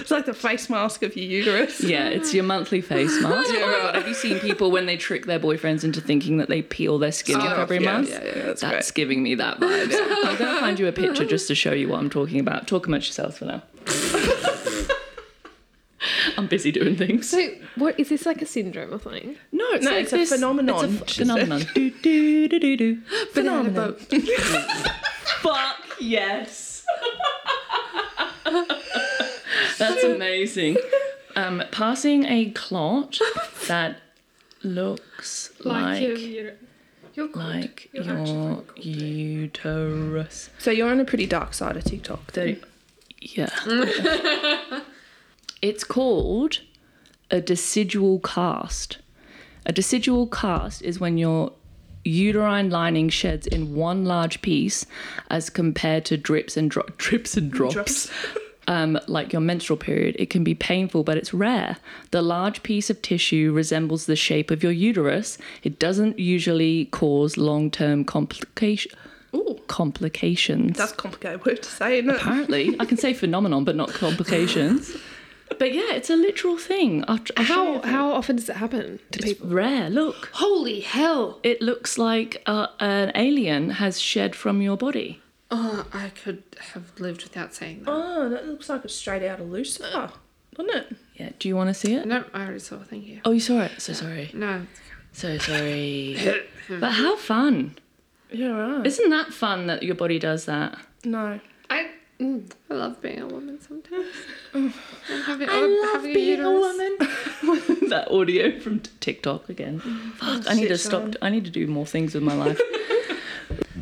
S4: It's like the face mask of your uterus.
S1: Yeah, it's your monthly face mask.
S4: Yeah,
S1: Oh my
S4: right.
S1: God, Have you seen people when they trick their boyfriends into thinking that they peel their skin off
S4: off,
S1: every
S4: Oh, yeah,
S1: month?
S4: yeah, yeah, that's
S1: giving me that vibe. I'm gonna find you a picture just to show you what I'm talking about. Talk amongst yourselves for now. I'm busy doing things.
S2: So, what is this like a syndrome or something?
S1: No,
S4: No, it's a phenomenon,
S1: It's a
S4: she
S1: phenomenon. do, do, do, do, do.
S3: Banana boat.
S1: Fuck yes. That's amazing. Um, passing a clot that looks like
S2: your,
S1: like,
S2: your, your cord.
S1: your,
S2: Your actual cord.
S1: uterus.
S4: So you're on a pretty dark side of TikTok.
S1: So,
S4: Mm.
S1: yeah. it's called a decidual cast. A decidual cast is when your uterine lining sheds in one large piece as compared to drips and dro- drips and drops.
S4: Drops.
S1: Um, like your menstrual period, it can be painful, but it's rare. The large piece of tissue resembles the shape of your uterus. It doesn't usually cause long-term complication
S4: Ooh,
S1: complications
S4: that's a complicated word to say, isn't it?
S1: apparently i can say phenomenon but not complications but yeah it's a literal thing I'll, tr- I'll show you
S2: How
S1: if
S2: oh, how often does it happen to
S1: it's
S2: people?
S1: rare look
S2: Holy hell!
S1: it looks like uh, an alien has shed from your body
S2: Oh, I could have lived without saying that.
S4: Oh, that looks like it's straight out of Lucifer, doesn't it?
S1: yeah do you want to see it
S2: No, I already saw. Thank you.
S1: oh you saw it so sorry
S2: No.
S1: so sorry but how fun
S4: Yeah, right.
S1: isn't that fun that your body does that
S4: No.
S2: I mm, I love being a woman sometimes. and having,
S1: I
S2: or
S1: love
S2: having
S1: being a
S2: uterus.
S1: woman. that audio from t- TikTok again.
S4: Mm. Oh,
S1: Fuck, I need to stop. I need to do more things with my life.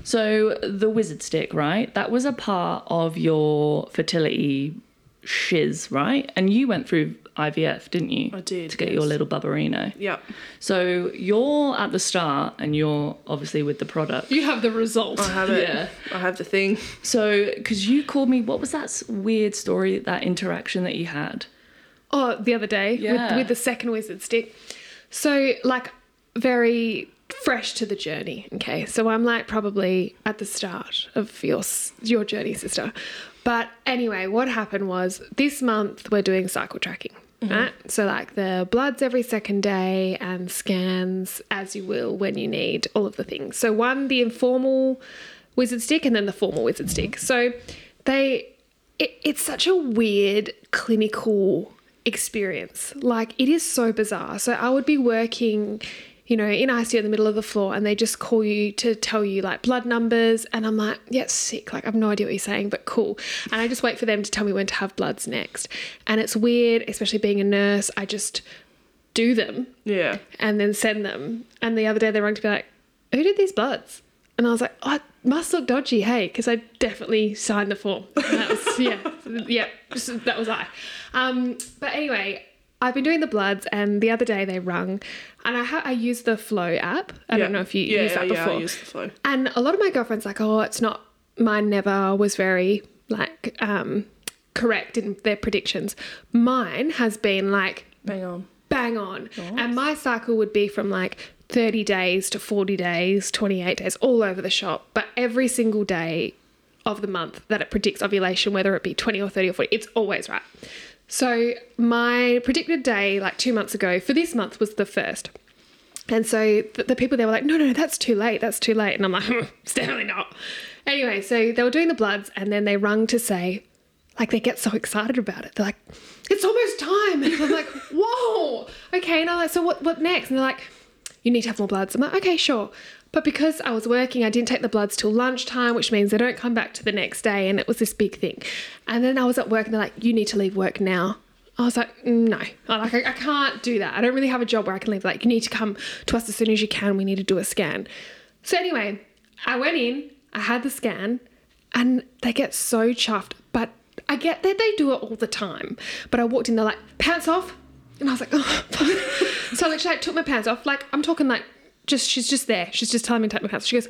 S1: so the wizard stick, right? That was a part of your fertility shiz, right? And you went through IVF, didn't you?
S4: I did,
S1: to get your
S4: yes.
S1: little bubberino.
S4: Yep.
S1: So you're at the start, and you're obviously with the product.
S2: You have the result.
S4: I have it.
S1: Yeah.
S4: I have the thing.
S1: So, because you called me, what was that s- weird story? That interaction that you had?
S2: Oh, the other day
S1: Yeah.
S2: with, with the second wizard stick. So, like, very fresh to the journey. Okay. So, I'm like probably at the start of your, s- your journey, sister. But anyway, what happened was this month we're doing cycle tracking. Right? So, like the bloods every second day and scans as you will when you need, all of the things. So, one, the informal wizard stick, and then the formal wizard stick. So, they it, it's such a weird clinical experience. Like it is so bizarre. So I would be working, you know, in ICU in the middle of the floor, and they just call you to tell you like blood numbers, and I'm like, yeah, sick. Like I've no idea what you're saying, but cool. And I just wait for them to tell me when to have bloods next. And it's weird, especially being a nurse. I just do them
S4: Yeah.
S2: and then send them. And the other day they rang to be like, who did these bloods? And I was like, oh, it must look dodgy, hey, because I definitely signed the form. And that was, yeah, yeah, so that was I. Um, but anyway, I've been doing the bloods, and the other day they rung, and I, ha- I used the Flow app. I
S4: Yeah.
S2: don't know if you
S4: yeah,
S2: used that
S4: yeah,
S2: before.
S4: I used the flow.
S2: And a lot of my girlfriends like, oh, it's not. Mine never was very like um, correct in their predictions. Mine has been like
S4: Bang on.
S2: bang on. And my cycle would be from like 30 days to 40 days, 28 days, all over the shop. But every single day of the month that it predicts ovulation, whether it be 20 or 30 or 40, it's always right. So my predicted day, like two months ago, for this month was the first. And so the, the people there were like, no, no, no, that's too late. That's too late. And I'm like, it's definitely not. Anyway, so they were doing the bloods and then they rung to say, like, they get so excited about it. They're like, it's almost time. And I'm like, whoa. Okay. And I'm like, so what, what next? And they're like, you need to have more bloods. I'm like, okay, sure. But because I was working, I didn't take the bloods till lunchtime, which means they don't come back to the next day. And it was this big thing. And then I was at work and they're like, you need to leave work now. I was like, "Mm, no, I like I, I can't do that. I don't really have a job where I can leave. Like, you need to come to us as soon as you can. We need to do a scan. So anyway, I went in, I had the scan, and they get so chuffed. But I get that they do it all the time. But I walked in, they're like, pants off, and I was like, oh. fuck. so literally, I took my pants off. Like, I'm talking like, just she's just there. She's just telling me to take my pants. off. She goes,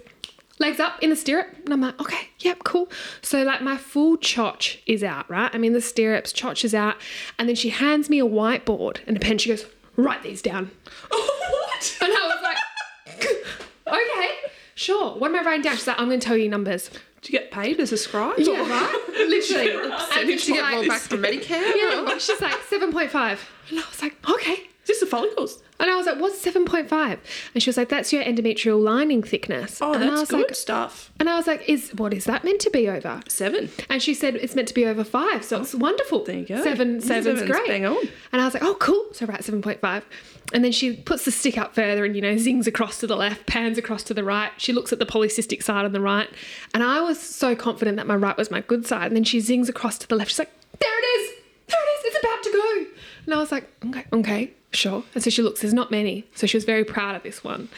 S2: legs up in the stirrup. And I'm like, okay, yep, cool. So like my full chotch is out, right? I mean the stirrups, chotch is out. And then she hands me a whiteboard and a pen. She goes, write these down.
S4: Oh, what?
S2: And I was like, okay. Sure. What am I writing down? She's like, I'm going to tell you numbers.
S4: Do you get paid as a scribe?
S2: Yeah, right? Literally. And
S3: Did
S2: she's
S3: she get rolled
S2: like,
S3: back from Medicare?
S2: yeah. She's like, 7.5. And I was like, okay.
S4: Just the follicles.
S2: And I was like, what's 7.5? And she was like, that's your endometrial lining thickness.
S4: Oh,
S2: and I
S4: that's
S2: was
S4: good
S2: Like,
S4: stuff.
S2: and I was like, is what is that meant to be over?
S4: Seven.
S2: And she said it's meant to be over five, so it's wonderful.
S4: There you go.
S2: Seven, seven's,
S4: Seven's
S2: great.
S4: bang on.
S2: And I was like, oh, cool. So right, seven point five. And then she puts the stick up further, and you know, zings across to the left, pans across to the right. She looks at the polycystic side on the right, and I was so confident that my right was my good side. And then she zings across to the left. She's like, there it is, there it is, it's about to go. And I was like, okay, okay, sure. And so she looks. There's not many, so she was very proud of this one.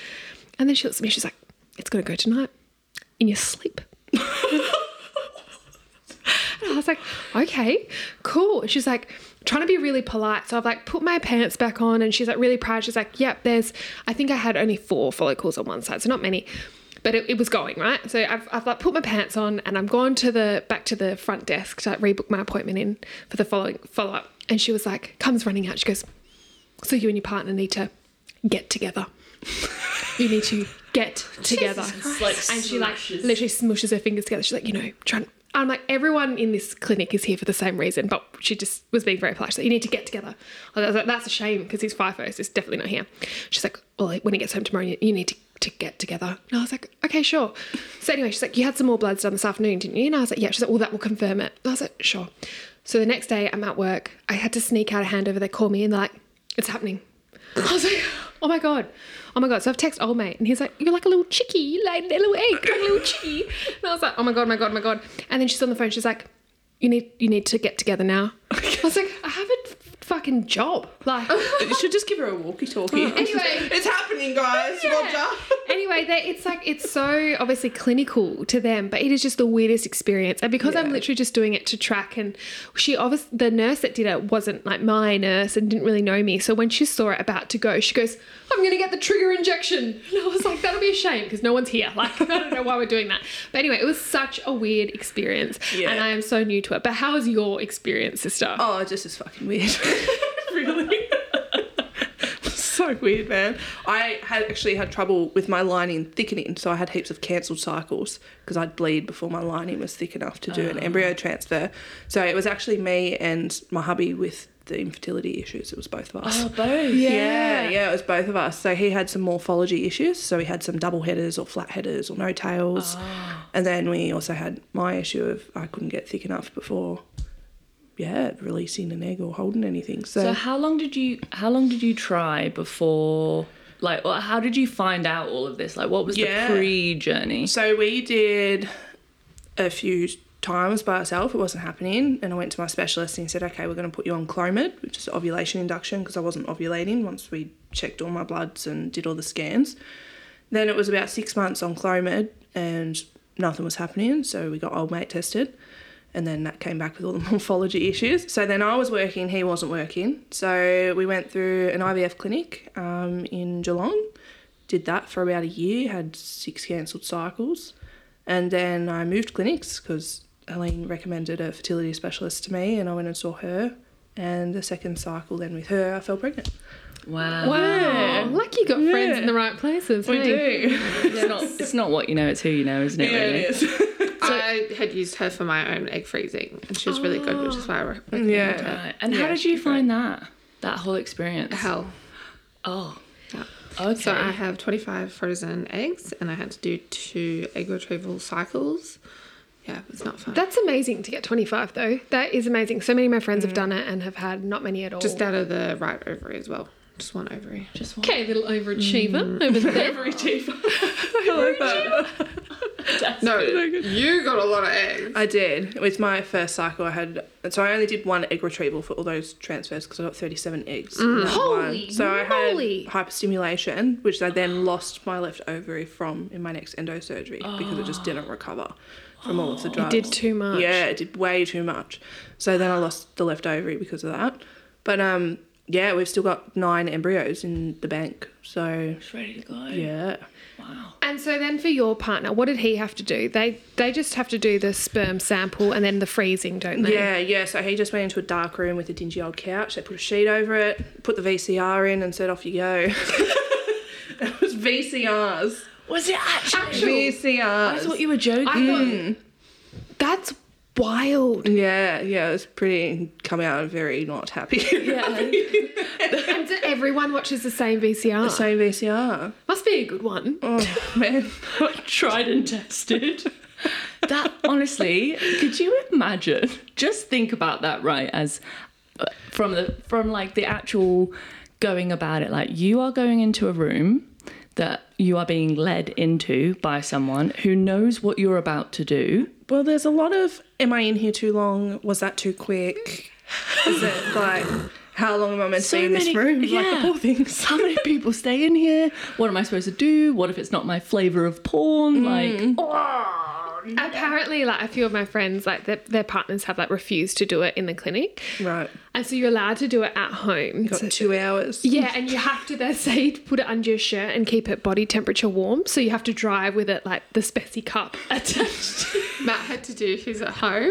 S2: And then she looks at me. She's like, it's gonna go tonight in your sleep. And I was like, okay, cool. And she's like, trying to be really polite. So I've like put my pants back on and she's like really proud. She's like, yep, there's, I think I had only four follicles on one side, so not many. But it, it was going, right? So I've, I've like put my pants on and I'm going to the back to the front desk to like rebook my appointment in for the following follow up. And she was like, comes running out. She goes, So you and your partner need to get together. you need to get together and she like literally smushes her fingers together. She's like, you know, trying. I'm like, everyone in this clinic is here for the same reason, but she just was being very polite. She's like, you need to get together. I was like, that's a shame because he's FIFO, it's definitely not here. She's like, well, like, when he gets home tomorrow, you you need to, to get together. And I was like, okay, sure. So anyway, she's like, you had some more bloods done this afternoon, didn't you? And I was like, yeah. She's like, well, that will confirm it. I was like, sure. So the next day, I'm at work. I had to sneak out a handover. They call me and they're like, it's happening. I was like, oh my god, oh my god. So I've texted old mate, and he's like, you're like a little chickie, like a little egg, like a little chickie. And I was like, oh my god, my god, my god. And then she's on the phone. She's like, you need, you need to get together now. I was like, I have a fucking job. Like,
S4: You should just give her a walkie-talkie.
S2: Anyway.
S4: it's happening, guys.
S2: Yeah. anyway, they, it's like it's so obviously clinical to them, but it is just the weirdest experience. And because I'm
S4: Yeah.
S2: literally just doing it to track, and she obviously the nurse that did it wasn't like my nurse and didn't really know me. So when she saw it about to go, she goes, "I'm gonna get the trigger injection," and I was like, "That'll be a shame because no one's here." Like I don't know why we're doing that. But anyway, it was such a weird experience,
S4: Yeah.
S2: and I am so new to it. But how was your experience, sister?
S4: Oh, just as fucking weird. really? so weird, man. I had actually had trouble with my lining thickening, so I had heaps of cancelled cycles because I'd bleed before my lining was thick enough to do an
S1: Ah.
S4: embryo transfer. So it was actually me and my hubby with the infertility issues. It was both of us.
S1: Oh, both.
S4: Yeah, yeah, it was both of us. So he had some morphology issues. So we had some double headers or flat headers or no tails.
S1: Ah.
S4: And then we also had my issue of I couldn't get thick enough before, yeah, releasing an egg or holding anything. So,
S1: So how long did you how long did you try before like or how did you find out all of this? Like what was
S4: Yeah.
S1: the pre journey?
S4: so we did a few times by ourselves. It wasn't happening. And I went to my specialist and he said, okay, we're going to put you on Clomid, which is ovulation induction, because I wasn't ovulating once we checked all my bloods and did all the scans. Then it was about six months on Clomid and nothing was happening. So we got old mate tested. And then that came back with all the morphology issues. So then I was working, he wasn't working. So we went through an IVF clinic um, in Geelong, did that for about a year, had six cancelled cycles. And then I moved clinics because Helene recommended a fertility specialist to me, and I went and saw her. And the second cycle, then with her, I fell pregnant.
S1: Wow.
S2: wow, Oh, lucky you got friends in the right places. hey?
S4: do.
S1: It's not it's not what you know, it's who you know, isn't it
S4: Yeah,
S1: really?
S4: it is.
S3: I had used her for my own egg freezing, and she was really good, which is why I
S1: Oh.
S3: recommended
S4: Yeah.
S3: her.
S1: Right. And how
S3: Yeah,
S1: did you find that? That whole experience.
S3: Hell.
S1: Oh.
S3: Yeah.
S1: Okay.
S3: So I have 25 frozen eggs, and I had to do two egg retrieval cycles. Yeah, it's not fun.
S2: That's amazing to get 25 though. That is amazing. So many of my friends
S4: Mm.
S2: have done it and have had not many at all.
S3: Just out of the right ovary as well. Just one ovary.
S1: just want
S2: okay, little overachiever over there.
S3: No, you got a lot of eggs.
S4: I did. With my first cycle, I had so I only did one egg retrieval for all those transfers because I got thirty-seven eggs. in that
S2: Mm. Holy
S4: one. So I
S2: moly.
S4: had hyperstimulation, which I then lost my left ovary from in my next endo surgery because it just didn't recover from all of the drugs.
S2: did too much.
S4: Yeah, it did way too much. So then I lost the left ovary because of that. But um, yeah, we've still got nine embryos in the bank. So
S1: it's ready to go.
S4: yeah.
S1: Wow.
S2: And so then for your partner, what did he have to do? They they just have to do the sperm sample and then the freezing, don't they?
S4: Yeah, yeah. So he just went into a dark room with a dingy old couch. They put a sheet over it, put the VCR in, and said, "Off you go." it was VCRs.
S1: Was it actually? I
S4: VCRs.
S1: thought you were joking.
S2: I thought
S4: Mm.
S2: that's wild.
S4: yeah, yeah, it was pretty come out very not happy.
S2: and so everyone watches the same VCR.
S4: Same VCR.
S2: Must be a good one.
S4: Oh man.
S1: tried and tested. That honestly, could you imagine? Just think about that, right? As uh, from the from like the actual going about it, like you are going into a room that you are being led into by someone who knows what you're about to do.
S4: Well, there's a lot of am I in here too long? Was that too quick? Is it like how long am I meant to
S1: So
S4: be in this
S1: many-
S4: room? Like the
S1: yeah.
S4: poor things.
S1: How many people stay in here? What am I supposed to do? What if it's not my flavor of porn? Like,
S4: Mm.
S1: oh,
S2: Apparently, like a few of my friends, like their, their partners have like refused to do it in the clinic,
S4: Right.
S2: and so you're allowed to do it at home.
S4: Got two hours.
S2: Yeah, and you have to, they say, to put it under your shirt and keep it body temperature warm. So you have to drive with it like the Spessy cup attached.
S3: Matt had to do his at home,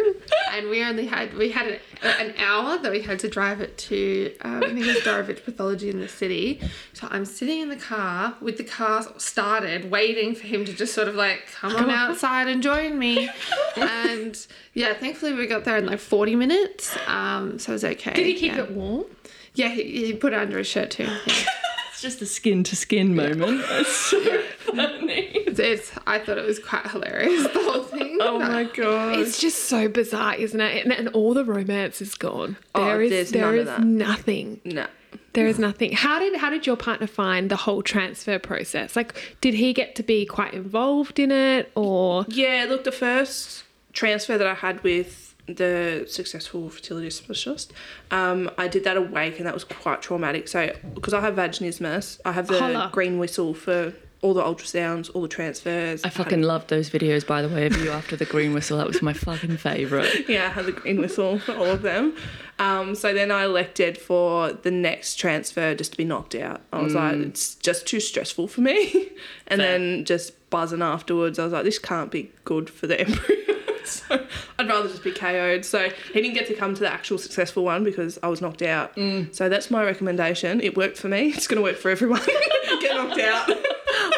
S3: and we only had we had an, an hour that we had to drive it to. Um, I think it was Dorovitch Pathology in the city. So I'm sitting in the car with the car started, waiting for him to just sort of like come, on, outside and join me. and yeah, thankfully we got there in like 40 minutes, um, so it was okay.
S2: Did he keep
S3: yeah.
S2: it warm?
S3: Yeah, he, he put it under his shirt too. Yeah.
S1: it's just a skin to skin moment. That's so funny.
S3: It's, it's- I thought it was quite hilarious the whole thing.
S4: Oh my god.
S2: It's just so bizarre, isn't it? And, and all the romance is gone.
S4: Oh,
S2: There is
S4: there's
S2: there
S4: none of
S2: is
S4: that.
S2: nothing.
S4: no.
S2: There is nothing. How did how did your partner find the whole transfer process? Like, did he get to be quite involved in it, or
S4: Yeah, look, the first transfer that I had with the successful fertility specialist, um, I did that awake and that was quite traumatic. So, because I have vaginismus, I have the
S2: Holla.
S4: green whistle for all the ultrasounds, all the transfers.
S1: I fucking loved those videos, by the way, of you after the green whistle. That was my fucking favorite.
S4: yeah, I had the green whistle for all of them. Um, so then I elected for the next transfer just to be knocked out. I was like, it's just too stressful for me. And then just buzzing afterwards, I was like, this can't be good for the embryo. so I'd rather just be KO'd. So he didn't get to come to the actual successful one because I was knocked out. So that's my recommendation. It worked for me. It's going to work for everyone. get knocked out.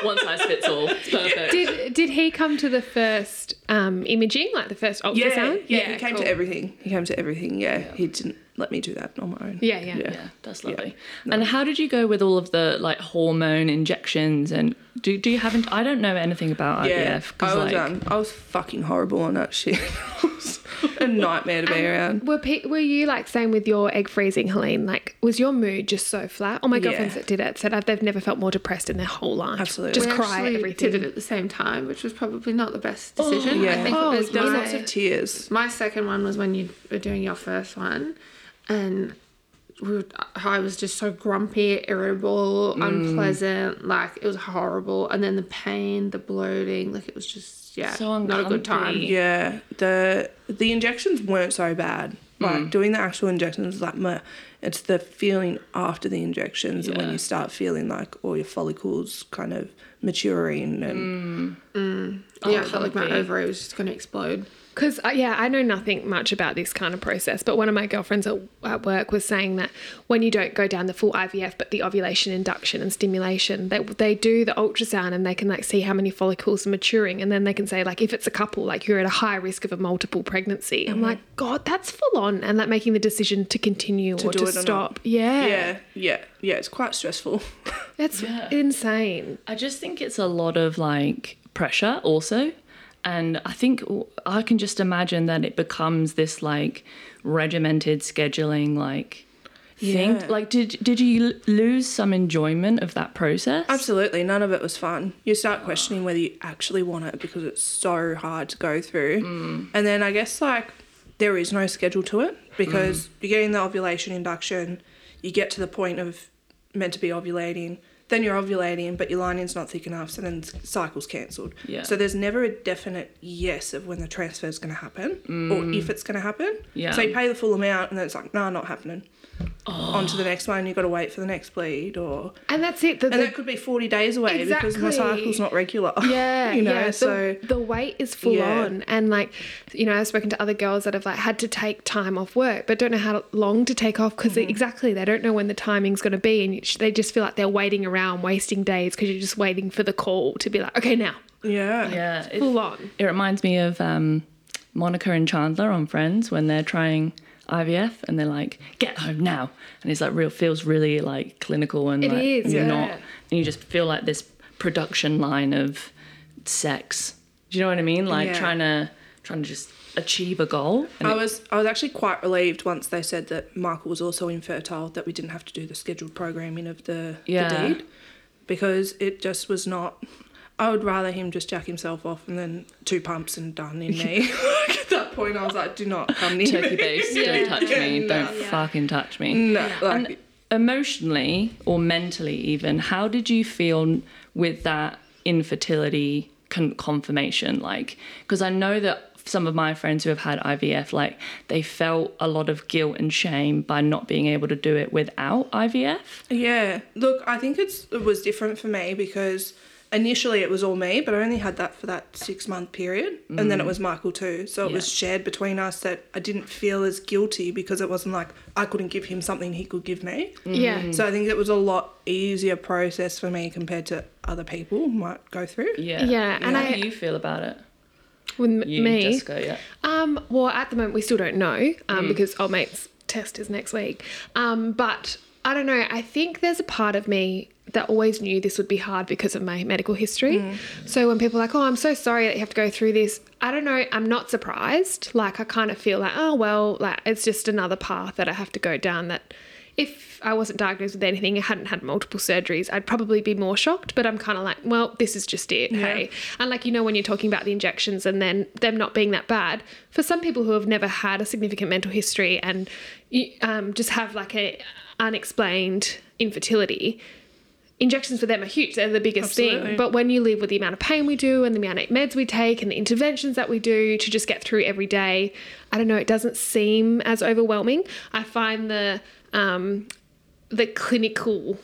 S1: One size fits all. It's perfect.
S2: did did he come to the first um, imaging, like the first
S4: Yeah,
S2: ultrasound?
S4: yeah, he came
S2: cool.
S4: to everything. He came to everything. Yeah, he didn't let me do that on my own.
S2: Yeah, yeah.
S4: Yeah.
S1: Yeah, that's lovely. And how did you go with all of the like hormone injections and do do you have? not I don't know anything about IVF.
S4: Yeah,
S1: 'cause,
S4: I was
S1: like,
S4: um, I was fucking horrible on that shit. It was a nightmare to be around.
S2: Um, Were, pe- were you like same with your egg freezing, Helene? Like, was your mood just so flat? Oh, my girlfriends
S4: Yeah.
S2: that did it said uh, they've never felt more depressed in their whole life.
S4: Absolutely.
S2: just
S3: we
S2: cry at
S3: actually
S2: everything.
S3: did it at the same time, which was probably not the best decision. I
S4: yeah.
S3: think
S2: Oh,
S3: it was
S2: yeah.
S4: There was
S3: my-
S4: lots of tears.
S3: My second one was when you were doing your first one, and we were, I was just so grumpy, irritable,
S2: Mm.
S3: unpleasant. Like it was horrible, and then the pain, the bloating, like it was just yeah,
S1: So
S3: not a good time.
S1: uncomfy.
S4: Yeah, the the injections weren't so bad. Like
S1: Mm.
S4: doing the actual injections was like my, it's the feeling after the injections and when
S1: Yeah.
S4: you start feeling like all your follicles kind of maturing
S1: Mm.
S4: and
S2: Oh,
S3: Yeah, I felt like my
S1: Uncomfy.
S3: ovary was just going to explode.
S2: Because, uh, yeah, I know nothing much about this kind of process, but one of my girlfriends at, at work was saying that when you don't go down the full IVF, but the ovulation induction and stimulation, they, they do the ultrasound and they can like see how many follicles are maturing. And then they can say, like, if it's a couple, like you're at a high risk of a multiple pregnancy.
S4: Mm-hmm.
S2: I'm like, God, that's full on. And like making the decision to continue or
S4: do
S2: to
S4: it or not.
S2: stop. yeah.
S4: yeah, yeah, yeah. It's quite stressful.
S2: That's insane.
S1: I just think it's a lot of like pressure also. And I think I can just imagine that it becomes this like regimented scheduling like thing.
S4: Yeah.
S1: Like did did you l- lose some enjoyment of that process?
S4: Absolutely, none of it was fun. You start questioning whether you actually want it because it's so hard to go through. Mm. And then I guess like there is no schedule to it because
S1: Mm.
S4: you're getting the ovulation induction, you get to the point of meant to be ovulating, then you're ovulating, but your lining's not thick enough, so then the cycle's cancelled.
S1: Yeah.
S4: So there's never a definite yes of when the transfer is going to happen or if it's going to happen.
S1: Mm. Yeah.
S4: So you pay the full amount and then it's like, nah, not happening.
S1: Oh.
S4: on to the next one. You've got to wait for the next bleed, or
S2: And that's it. The,
S4: and
S2: the-
S4: that could be forty days away because my
S2: Exactly.
S4: cycle's not regular.
S2: yeah,
S4: you know.
S2: yeah. The,
S4: so
S2: the wait is full
S4: Yeah.
S2: on, and like, you know, I've spoken to other girls that have like had to take time off work, but don't know how long to take off because
S4: Mm-hmm.
S2: exactly they don't know when the timing's going to be, and it's- they just feel like they're waiting around, wasting days because you're just waiting for the call to be like, okay, now
S4: yeah,
S1: Yeah, it,
S2: full on.
S1: it reminds me of um, Monica and Chandler on Friends when they're trying IVF and they're like, "Get home now," and it's like real feels really like clinical and
S2: It
S1: like
S2: is,
S1: you're
S2: yeah.
S1: not, and you just feel like this production line of sex. Do you know what I mean? Like
S4: Yeah.
S1: trying to trying to just achieve a goal. And
S4: I
S1: it-
S4: was I was actually quite relieved once they said that Michael was also infertile that we didn't have to do the scheduled programming of the,
S1: Yeah.
S4: the deed because it just was not. I would rather him just jack himself off and then two pumps and done in me. Like, At that point, I was like, "Do not come near
S1: turkey
S4: me."
S1: base. Don't touch me. Don't fucking touch me.
S4: No, like,
S1: And emotionally or mentally, even, how did you feel with that infertility con- confirmation? Like, because I know that some of my friends who have had IVF, like, they felt a lot of guilt and shame by not being able to do it without IVF.
S4: Yeah. Look, I think it's it was different for me because initially it was all me, but I only had that for that six month period, and then it was Michael too. So it was shared between us that I didn't feel as guilty because it wasn't like I couldn't give him something he could give me.
S2: Yeah.
S4: So I think it was a lot easier process for me compared to other people might go through.
S1: Yeah.
S2: Yeah, and
S1: how do
S2: I-
S1: you feel about it?
S2: With m-
S1: You,
S2: me,
S1: Jessica, yeah.
S2: Um, well, at the moment, we still don't know um, because old mate's test is next week. Um, but I don't know. I think there's a part of me that always knew this would be hard because of my medical history. So when people are like, oh, I'm so sorry that you have to go through this, I don't know. I'm not surprised. Like, I kind of feel like, oh, well, like, it's just another path that I have to go down that. If I wasn't diagnosed with anything, I hadn't had multiple surgeries, I'd probably be more shocked. But I'm kind of like, well, this is just it. Hey, and like you know, when you're talking about the injections and then them not being that bad, for some people who have never had a significant mental history and you, um, just have like a unexplained infertility, injections for them are huge. They're the biggest
S4: Absolutely.
S2: thing. But when you live with the amount of pain we do and the amount of meds we take and the interventions that we do to just get through every day, I don't know. It doesn't seem as overwhelming. I find the um, the clinical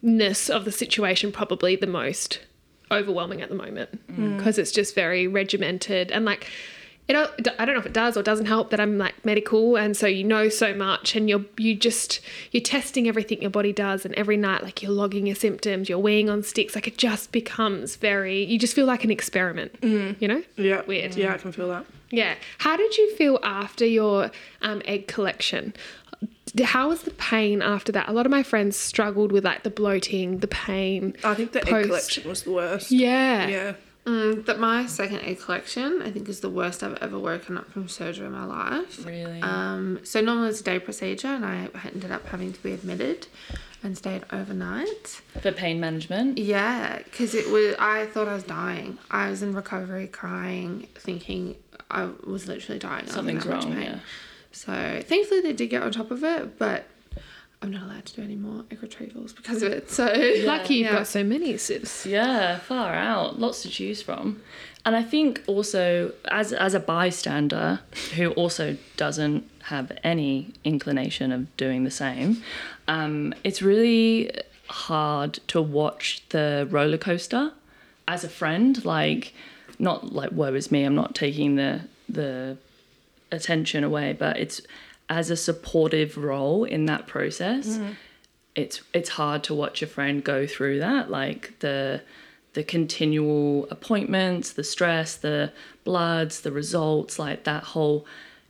S2: ness of the situation probably the most overwhelming at the moment because it's just very regimented and like it uh, I don't know if it does or doesn't help that I'm like medical and so you know so much and you're you just you're testing everything your body does and every night like you're logging your symptoms you're weighing on sticks like it just becomes very you just feel like an experiment you know
S4: Yeah.
S2: Weird.
S4: Yeah, I can feel that.
S2: yeah how did you feel after your um, egg collection D- how was the pain after that a lot of my friends struggled with like the bloating the pain
S4: I think the egg
S2: Post.
S4: collection was the worst.
S2: yeah.
S4: Yeah.
S3: Um, that my second egg collection, I think, is the worst I've ever woken up from surgery in my life.
S1: Really?
S3: Um, so normally it's a day procedure, and I ended up having to be admitted and stayed overnight.
S1: For pain management?
S3: Yeah, because it was. I thought I was dying. I was in recovery, crying, thinking I was literally dying. I was in
S1: Something's
S3: that much
S1: wrong,
S3: pain.
S1: yeah.
S3: So thankfully they did get on top of it, but I'm not allowed to do any more egg retrievals because of it. So
S2: Lucky you've
S3: Yeah.
S2: got so many sis.
S1: Yeah, far out. Lots to choose from. And I think also as as a bystander who also doesn't have any inclination of doing the same, um, it's really hard to watch the roller coaster as a friend. Like not like woe is me, I'm not taking the the attention away, but it's as a supportive role in that process. It's it's hard to watch a friend go through that, like the the continual appointments, the stress, the bloods, the results, like that whole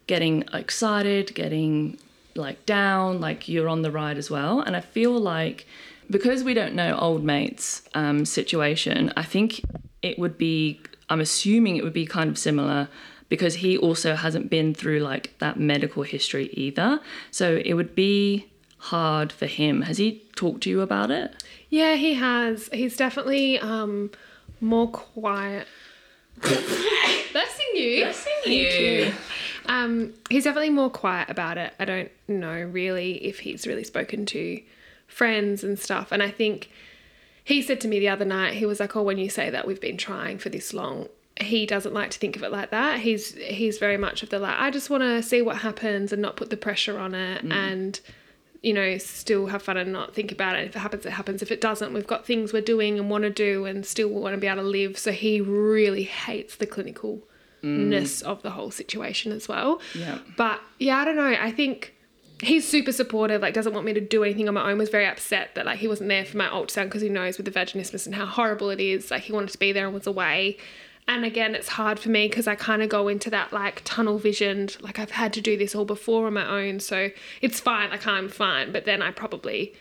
S1: getting excited, getting like down, like you're on the ride as well. And I feel like because we don't know old mate's um, situation, I think it would be, I'm assuming it would be kind of similar because he also hasn't been through like that medical history either. So it would be hard for him. Has he talked to you about it?
S2: Yeah, he has. He's definitely um more quiet. Blessing you. Blessing you. Um, he's definitely more quiet about it. I don't know really if he's really spoken to friends and stuff. And I think he said to me the other night, he was like, "Oh, when you say that, we've been trying for this long." He doesn't like to think of it like that. He's he's very much of the like, I just want to see what happens and not put the pressure on it and you know, still have fun and not think about it. If it happens, it happens. If it doesn't, we've got things we're doing and want to do and still want to be able to live. So he really hates the clinicalness of the whole situation as well.
S1: Yeah.
S2: But yeah, I don't know. I think he's super supportive, like doesn't want me to do anything on my own. Was very upset that like he wasn't there for my ultrasound because he knows with the vaginismus and how horrible it is. Like he wanted to be there and was away. And again, it's hard for me because I kind of go into that like tunnel visioned, like I've had to do this all before on my own. So it's fine, like I'm fine. But then I probably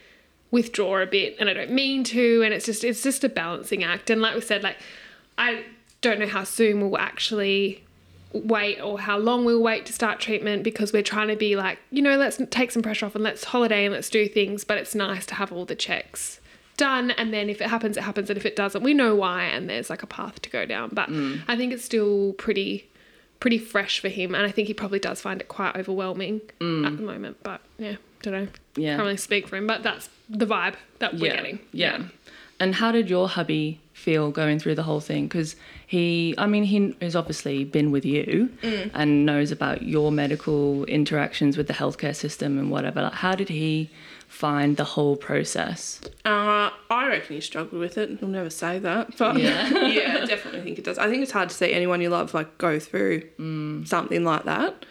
S2: withdraw a bit and I don't mean to and it's just it's just a balancing act and like we said like I don't know how soon we'll actually wait or how long we'll wait to start treatment because we're trying to be like you know let's take some pressure off and let's holiday and let's do things but it's nice to have all the checks done and then if it happens it happens and if it doesn't we know why and there's like a path to go down but I think it's still pretty pretty fresh for him and I think he probably does find it quite overwhelming at the moment but yeah don't know
S1: Yeah.
S2: can't really speak for him but that's the vibe that we're
S1: yeah.
S2: getting
S1: Yeah. And how did your hubby feel going through the whole thing? Because he, I mean, he has obviously been with you and knows about your medical interactions with the healthcare system and whatever. Like, how did he find the whole process?
S4: Uh, I reckon he struggled with it. He'll never say that, but
S1: Yeah.
S4: yeah, I definitely think it does. I think it's hard to see anyone you love like go through something like that,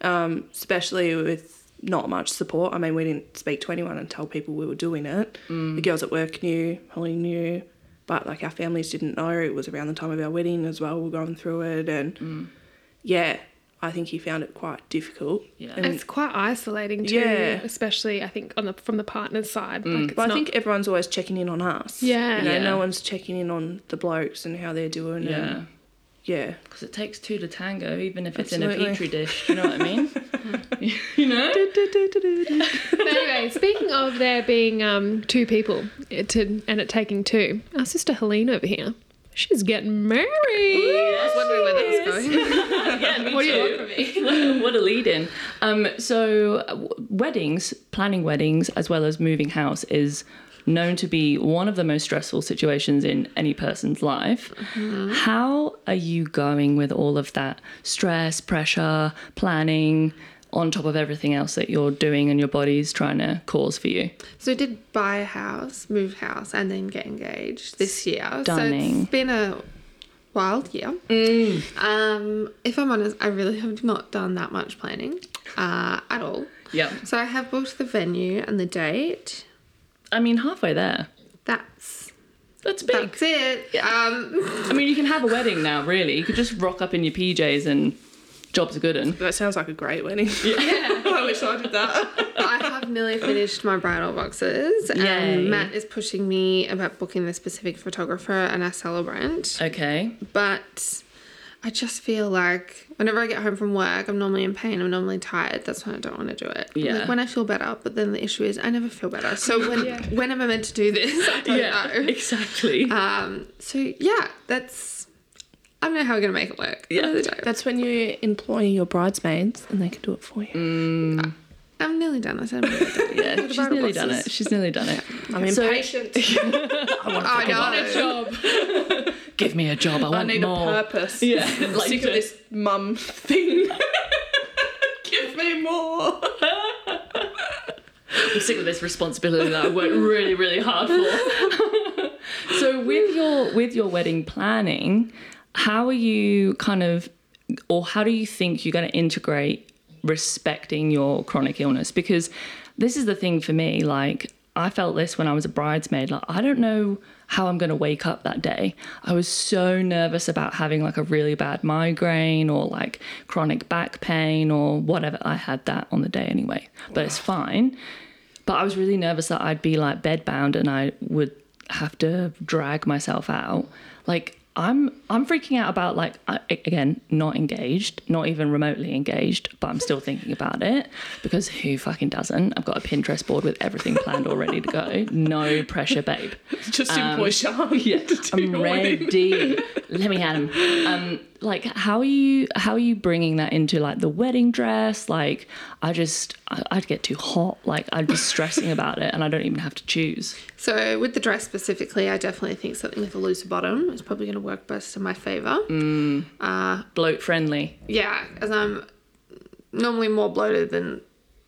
S4: um, especially with not much support. I mean, we didn't speak to anyone and tell people we were doing it. The girls at work knew, Holly knew, but like our families didn't know. It was around the time of our wedding as well. We were going through it, and yeah, I think he found it quite difficult.
S1: Yeah.
S4: And-
S2: it's quite isolating too
S4: Yeah.
S2: especially I think on the from the partner's side
S3: Mm.
S2: like it's
S4: But I
S2: not
S4: think everyone's always checking in on us.
S2: Yeah.
S4: You know,
S1: Yeah.
S4: no one's checking in on the blokes and how they're doing.
S1: Yeah.
S4: And yeah.
S1: Because it takes two to tango, even if it's in a
S4: Absolutely.
S1: petri dish. You know what I mean? you know?
S2: But anyway, speaking of there being um, two people it to, and it taking two, our sister Helene over here, she's getting married.
S3: I was wondering where that was going.
S1: yeah, me
S2: What do you
S1: too. what a lead in. Um, so, uh, w- weddings, planning weddings, as well as moving house, is known to be one of the most stressful situations in any person's life. How are you going with all of that stress, pressure, planning? On top of everything else that you're doing and your body's trying to cause for you.
S3: So we did buy a house, move house, and then get engaged this year. So
S1: Stunning.
S3: it's been a wild year.
S1: Mm.
S3: Um, if I'm honest, I really have not done that much planning uh, at all.
S1: Yeah.
S3: So I have booked the venue and the date.
S1: I mean, halfway there.
S3: That's
S1: That's big.
S3: that's it. Um,
S1: I mean, you can have a wedding now, really. You could just rock up in your PJs and job's a good one.
S4: That sounds like a great wedding. Yeah. I wish I did that.
S3: I have nearly finished my bridal boxes,
S1: Yay.
S3: and Matt is pushing me about booking the specific photographer and our celebrant.
S1: Okay.
S3: but I just feel like whenever I get home from work, I'm normally in pain. I'm normally tired. That's when I don't want to do it.
S1: Yeah.
S3: Like when I feel better, but then the issue is I never feel better. So when when am I meant to do this? I don't know.
S1: exactly.
S3: Um. So yeah, that's. I don't know how we're gonna make it work. I
S1: Yeah.
S3: really don't.
S4: That's when you employ your bridesmaids and they can do it for you.
S3: I'm nearly done. I said I'm nearly done.
S1: yeah,
S3: What
S1: she's
S3: about
S1: nearly
S3: the
S1: done it.
S3: bosses?
S1: She's nearly done it.
S4: I'm
S1: So-
S4: impatient.
S3: I know.
S2: Job.
S1: Give me a job. I
S4: I
S1: want
S4: need
S1: more.
S4: a purpose.
S1: Yeah,
S4: I'm
S1: like
S4: sick
S1: the-
S4: of this mum thing. Give me more.
S1: I'm sick of this responsibility that I worked really, really hard for. so with your with your wedding planning, how are you kind of, or how do you think you're going to integrate respecting your chronic illness? Because this is the thing for me. Like I felt this when I was a bridesmaid. Like I don't know how I'm going to wake up that day. I was so nervous about having like a really bad migraine or like chronic back pain or whatever. I had that on the day anyway, but it's fine. But I was really nervous that I'd be like bedbound and I would have to drag myself out. Like I'm I'm freaking out about like I, again not engaged, not even remotely engaged, but I'm still thinking about it because who fucking doesn't? I've got a Pinterest board with everything planned all ready to go. No pressure, babe.
S4: Just employ Sean. Um, Yeah. To do
S1: I'm
S4: your wedding.
S1: ready. Let me at him. Um, like, how are you? How are you bringing that into like the wedding dress? Like, I just, I, I'd get too hot. Like, I'd be stressing about it, and I don't even have to choose.
S3: So with the dress specifically, I definitely think something with a looser bottom is probably gonna work best in my favor.
S1: Bloat friendly.
S3: Yeah, as I'm normally more bloated than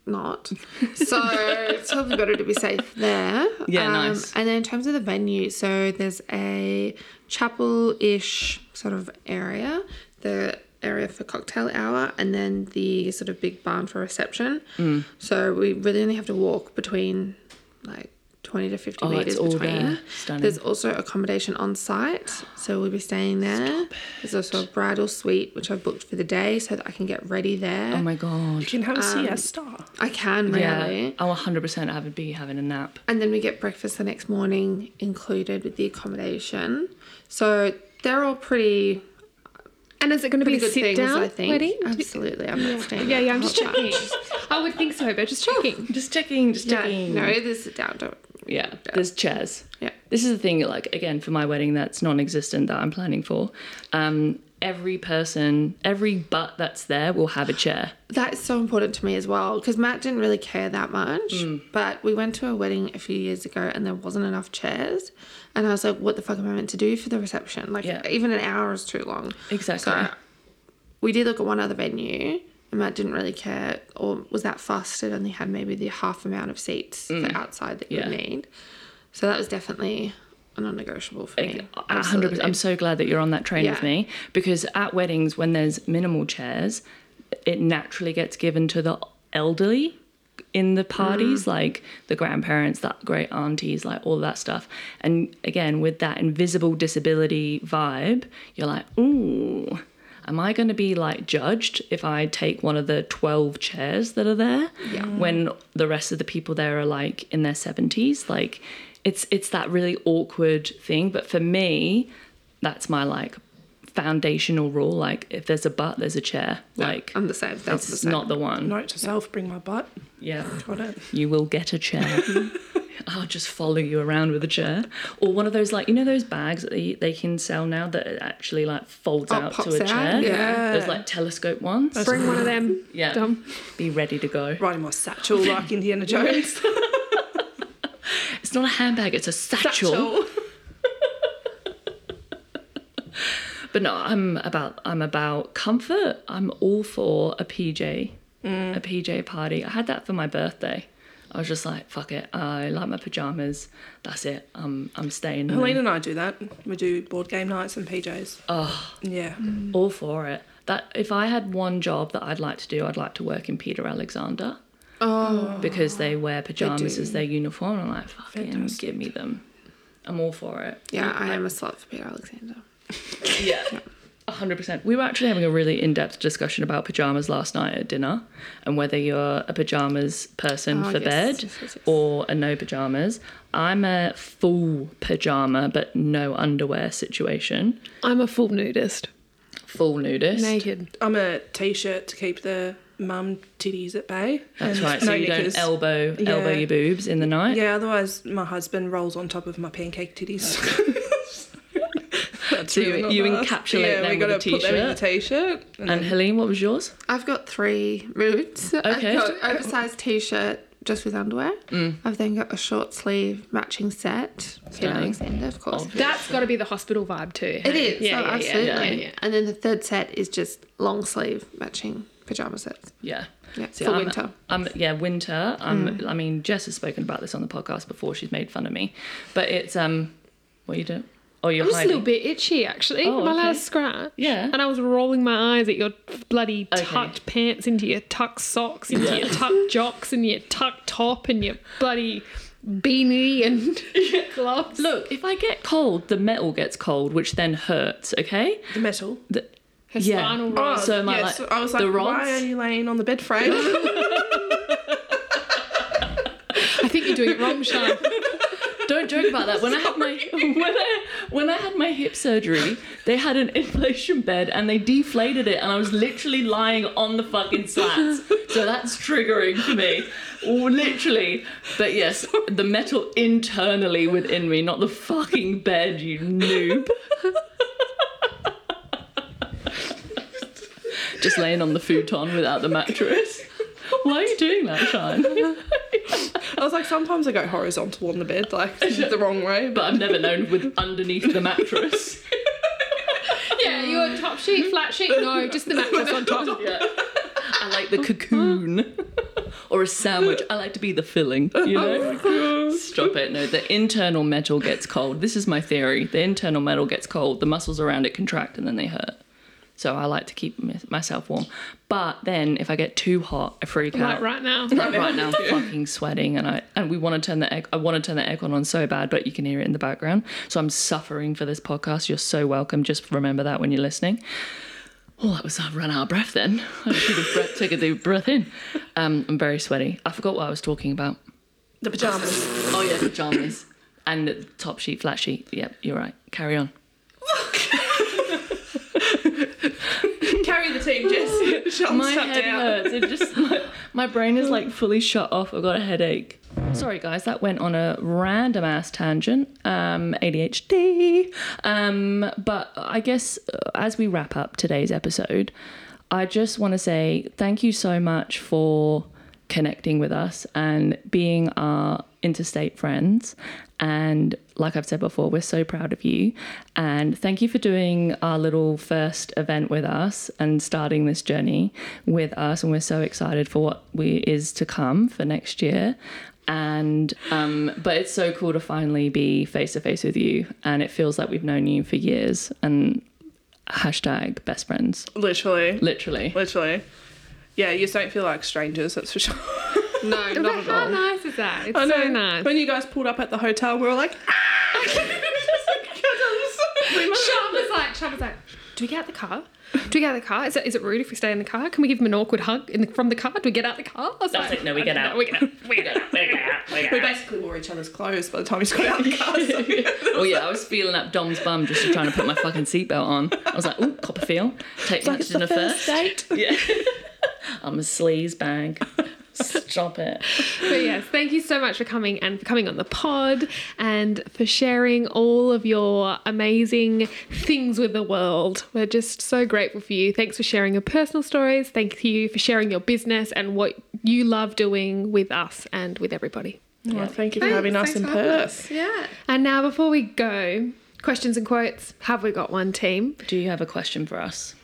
S3: not. So it's probably better to be safe there. Um,
S1: Yeah, nice.
S3: And then in terms of the venue, so there's a chapel ish sort of area, the area for cocktail hour, and then the sort of big barn for reception.
S1: Mm.
S3: So we really only have to walk between like 20 to 50
S1: Oh, it's
S3: meters
S1: all
S3: between.
S1: there. Stunning.
S3: There's also accommodation on site, so we'll be staying there. There's also a bridal suite which I've booked for the day so that I can get ready there.
S1: Oh my god.
S4: You can have a siesta.
S3: I can really.
S1: Yeah. I'll 100% have would be having a nap.
S3: And then we get breakfast the next morning included with the accommodation. So they're all pretty
S2: And is it going to be
S3: pretty
S2: a
S3: good
S2: sit
S3: things,
S2: down
S3: I think.
S2: wedding?
S3: Absolutely, I'm not staying.
S2: Yeah,
S3: at
S2: yeah,
S3: the
S2: I'm just
S3: hotel.
S2: checking. I would think so, but just checking.
S1: Just checking, just
S3: Yeah,
S1: checking.
S3: no, it is sit down. Don't.
S1: Yeah, there's chairs.
S3: Yeah.
S1: This is the thing, like, again, for my wedding that's non existent that I'm planning for. Um, every person, every butt that's there will have a chair.
S3: That's so important to me as well because Matt didn't really care that much.
S1: Mm.
S3: But we went to a wedding a few years ago and there wasn't enough chairs, and I was like, "What the fuck am I meant to do for the reception? Like,
S1: Yeah.
S3: even an hour is too long."
S1: Exactly.
S3: So we did look at one other venue and Matt didn't really care or was that fussed. It only had maybe the half amount of seats for outside that you
S1: Mm. Yeah.
S3: would need. So that was definitely a non negotiable for me.
S1: A hundred percent. I'm so glad that you're on that train with
S3: Yeah.
S1: me because at weddings, when there's minimal chairs, it naturally gets given to the elderly in the parties, like the grandparents, the great aunties, like all that stuff. And again, with that invisible disability vibe, you're like, ooh. Am I going to be like judged if I take one of the 12 chairs that are there when the rest of the people there are like in their 70s? Like it's it's that really awkward thing, but for me that's my like foundational rule like if there's a butt there's a chair. Like
S3: I'm the same. That's the
S1: it's
S3: same.
S1: not the one.
S4: Note to self, bring my butt.
S1: Yeah.
S4: Got it.
S1: You will get a chair. I'll just follow you around with a chair. Or one of those, like, you know, those bags that they, they can sell now that it actually, like, folds
S3: Oh,
S1: out to
S3: pops
S1: a
S3: out,
S1: chair.
S3: yeah.
S1: Those, like, telescope ones.
S2: Bring one of them.
S1: yeah.
S2: Dumb.
S1: Be ready to go.
S4: Riding my satchel like Indiana Jones.
S1: It's not a handbag, it's a satchel. But no, I'm about I'm about comfort. I'm all for a PJ, a PJ party. I had that for my birthday. I was just like, fuck it. I like my pajamas. That's it. I'm I'm staying. in them.
S4: Helene and I do that. We do board game nights and PJs. Oh. Yeah.
S1: all for it. That if I had one job that I'd like to do, I'd like to work in Peter Alexander. Oh, because they wear pajamas as their uniform. I'm like, fucking give me them. I'm all for it.
S3: Yeah, I am a slut for Peter Alexander.
S1: Yeah. 100%. We were actually having a really in depth discussion about pajamas last night at dinner and whether you're a pajamas person
S3: Oh,
S1: for
S3: yes,
S1: bed
S3: yes, yes, yes.
S1: or a no pajamas. I'm a full pajama but no underwear situation.
S2: I'm a full nudist.
S1: Full nudist.
S2: Naked.
S4: I'm a t-shirt to keep the mum titties at bay.
S1: That's
S4: and
S1: right. So
S4: no
S1: you
S4: knickers.
S1: don't elbow
S4: Yeah.
S1: elbow your boobs in the night.
S4: Yeah, otherwise my husband rolls on top of my pancake titties. That's
S1: Oh. So you-
S4: really not
S1: you
S4: nice.
S1: encapsulate
S4: yeah,
S1: them
S4: we gotta
S1: with a
S4: put them in the t-shirt. And
S1: And Helene, what was yours?
S3: I've got three moods.
S1: Okay.
S3: I've got oversized t-shirt just with underwear. I've then got a short sleeve matching set. Peter
S1: Stunning.
S3: Alexander, of course.
S2: That's got to be the hospital vibe too.
S3: It is.
S2: Yeah, yeah, yeah,
S3: Yeah, absolutely.
S2: yeah, yeah.
S3: And then the third set is just long sleeve matching pajama sets.
S1: Yeah.
S3: Yeah,
S1: See,
S3: for
S1: I'm-
S3: winter.
S1: I'm, yeah, winter. I'm, I mean, Jess has spoken about this on the podcast before. She's made fun of me. But it's, um, what you doing? Oh, you're
S2: I'm just a
S1: hiding.
S2: little bit itchy actually.
S1: Oh,
S2: My
S1: okay.
S2: last scratch.
S1: Yeah.
S2: And I was rolling my eyes at your bloody
S1: Okay.
S2: tucked pants into your tucked socks, into your tucked jocks, and your tucked top, and your bloody beanie and gloves.
S1: Look, if I get cold, the metal gets cold, which then hurts. Okay.
S4: the metal.
S1: The,
S2: Her
S1: yeah.
S2: spinal
S4: Oh,
S2: rod.
S1: So my,
S4: yes,
S1: like,
S4: I was like,
S1: the rods?
S4: why are you laying on the bed frame?
S2: I think you're doing it wrong, Sean.
S1: don't joke about that. When I had my when I when I had my hip surgery, they had an inflation bed and they deflated it, and I was literally lying on the fucking slats. So that's triggering for me, literally. But yes, the metal internally within me, not the fucking bed, you noob. Just laying on the futon without the mattress. Why are you doing that, Shine?
S4: I was like, sometimes I go horizontal on the bed, like the wrong way. But
S1: But I've never known with underneath the mattress.
S2: yeah, your top sheet, flat sheet. No, just the mattress on top.
S1: Yeah. I like the cocoon. or a sandwich. I like to be the filling. You know? Stop it. No, the internal metal gets cold. This is my theory. The internal metal gets cold. The muscles around it contract and then they hurt. So I like to keep my- myself warm. But then if I get too hot, I freak
S2: Like
S1: out.
S2: right now.
S1: Like right now, I'm fucking sweating, and I and we want to turn the air, I want to turn the aircon on so bad, but you can hear it in the background. So I'm suffering for this podcast. You're so welcome. Just remember that when you're listening. Well, that was I run out of breath. Then I should have breath, taken the breath in. Um, I'm very sweaty. I forgot what I was talking about.
S4: The pajamas.
S1: Oh yeah, pajamas and top sheet, flat sheet. Yep, you're right. Carry on.
S4: Carry the team, Jess. Shut
S1: my
S4: shut
S1: head
S4: down.
S1: hurts. It just my, my brain is like fully shut off. I've got a headache. Sorry guys, that went on a random ass tangent. Um, ADHD. Um, but I guess uh, as we wrap up today's episode, I just want to say thank you so much for connecting with us and being our interstate friends. And like I've said before, we're so proud of you. And thank you for doing our little first event with us and starting this journey with us. And we're so excited for what we is to come for next year. And um, but it's so cool to finally be face to face with you. And it feels like we've known you for years. And hashtag best friends,
S4: Literally.
S1: literally.
S4: Literally. Yeah, you just don't feel like strangers, that's for sure.
S3: No, not
S2: But
S3: at
S2: how
S3: all.
S2: nice is that? It's
S4: I
S2: so
S4: know.
S2: nice.
S4: When you guys pulled up at the hotel, we were like, ah!
S2: Shop was like, Shop was like, do we get out the car? Do we get out the car? Is it, is it rude if we stay in the car? Can we give him an awkward hug in the, from the car? Do we get out the car? I was
S1: That's
S2: like,
S1: it. No, we
S2: I
S1: get
S2: don't
S1: out.
S2: know. We get out. We get out.
S4: we basically wore each other's clothes by the time we got out of the car. So.
S1: Oh yeah, I was feeling up Dom's bum just trying to put my fucking seatbelt on. I was like, ooh, Copperfield, take lunch dinner first.
S4: date.
S1: Yeah. I'm a sleaze bag. Stop it.
S2: But yes, thank you so much for coming and for coming on the pod and for sharing all of your amazing things with the world. We're just so grateful for you. Thanks for sharing your personal stories. Thank you for sharing your business and what you love doing with us and with everybody.
S4: Well, Oh, thank you for having us
S3: Thanks
S4: in
S3: for having
S4: Perth.
S3: us. Yeah.
S2: And now, before we go, questions and quotes. Have we got one team?
S1: Do you have a question for us?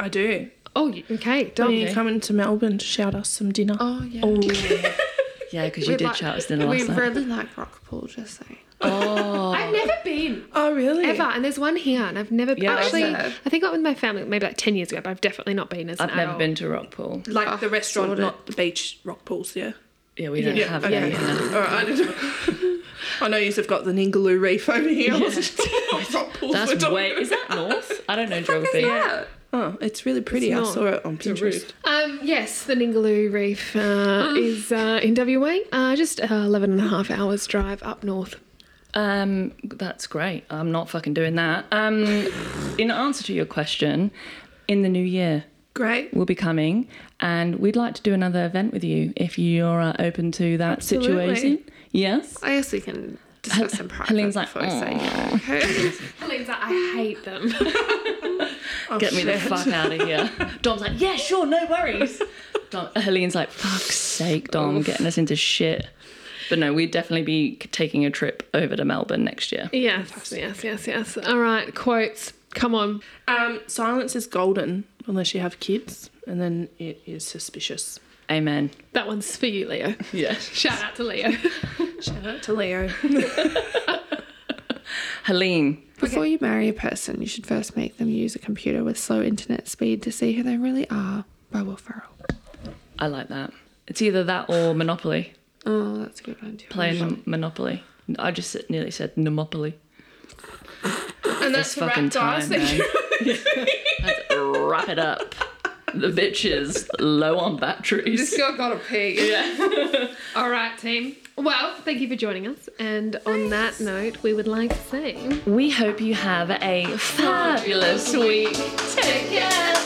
S4: I do.
S2: Oh, you- okay,
S4: When
S2: Dom.
S4: you coming to Melbourne to shout us some dinner?
S3: Oh yeah.
S1: Yeah, because you
S3: We'd
S1: did
S3: like-
S1: shout us dinner
S3: We
S1: last night.
S3: really like Rockpool, just saying.
S2: I've never been
S4: Oh, really?
S2: ever, and there's one here, and I've never
S1: Yeah, I've
S2: actually.
S3: said.
S2: I think I went with my family maybe like ten years ago, but I've definitely not been as an
S1: I've never
S2: adult.
S1: been to Rockpool.
S4: Like the restaurant,
S3: sorted.
S4: not the beach rock pools, yeah.
S1: Yeah, we don't
S2: Yeah,
S1: have
S4: okay.
S1: any. here.
S4: All right, I, didn't- I know you have got the Ningaloo Reef over here. I wasn't sure what rock pools were
S1: That's
S4: talking
S1: way. Is that north? I don't know geography.
S3: Yeah.
S4: Oh, it's really pretty.
S2: It's
S4: I
S2: not.
S4: saw it on Pinterest.
S2: Um, yes, the Ningaloo Reef uh, is uh, in WA, uh, just uh, 11 and a half hours drive up north.
S1: Um, that's great. I'm not fucking doing that. Um, in answer to your question, in the new year,
S4: Great.
S1: will be coming and we'd like to do another event with you if you're uh, open to that
S3: Absolutely.
S1: situation. Yes.
S3: I guess we can discuss in private.
S1: Helene's like,
S3: before we say yeah. Okay.
S2: Helene's like, I hate them.
S3: Oh,
S1: Get me the fuck out of here. Dom's like, yeah, sure, no worries. Dom, Helene's like, fuck's sake, Dom, getting us into shit. But no, we'd definitely be taking a trip over to Melbourne next year.
S2: yes, yes, yes, yes. All right, quotes. Come on.
S4: Um, silence is golden unless you have kids, and then it is suspicious.
S1: Amen.
S2: That one's for you, Leo.
S1: Yes.
S2: Shout out to Leo.
S4: Shout out to Leo.
S1: Helene.
S3: Before you marry a person, you should first make them use a computer with slow internet speed to see who they really are. By Will Ferrell.
S1: I like that. It's either that or Monopoly.
S3: Oh, that's a good one too.
S1: Playing Mon- Monopoly. I just nearly said Monopoly.
S4: and
S1: It's
S4: that's a wrap,
S1: fucking
S4: guys.
S1: time, man. Let's wrap it up. The bitch is low on batteries.
S3: girl got a pee.
S2: All right, team. Well, thank you for joining us. And on that note, we would like to say.
S1: We hope you have a fabulous week. Take care.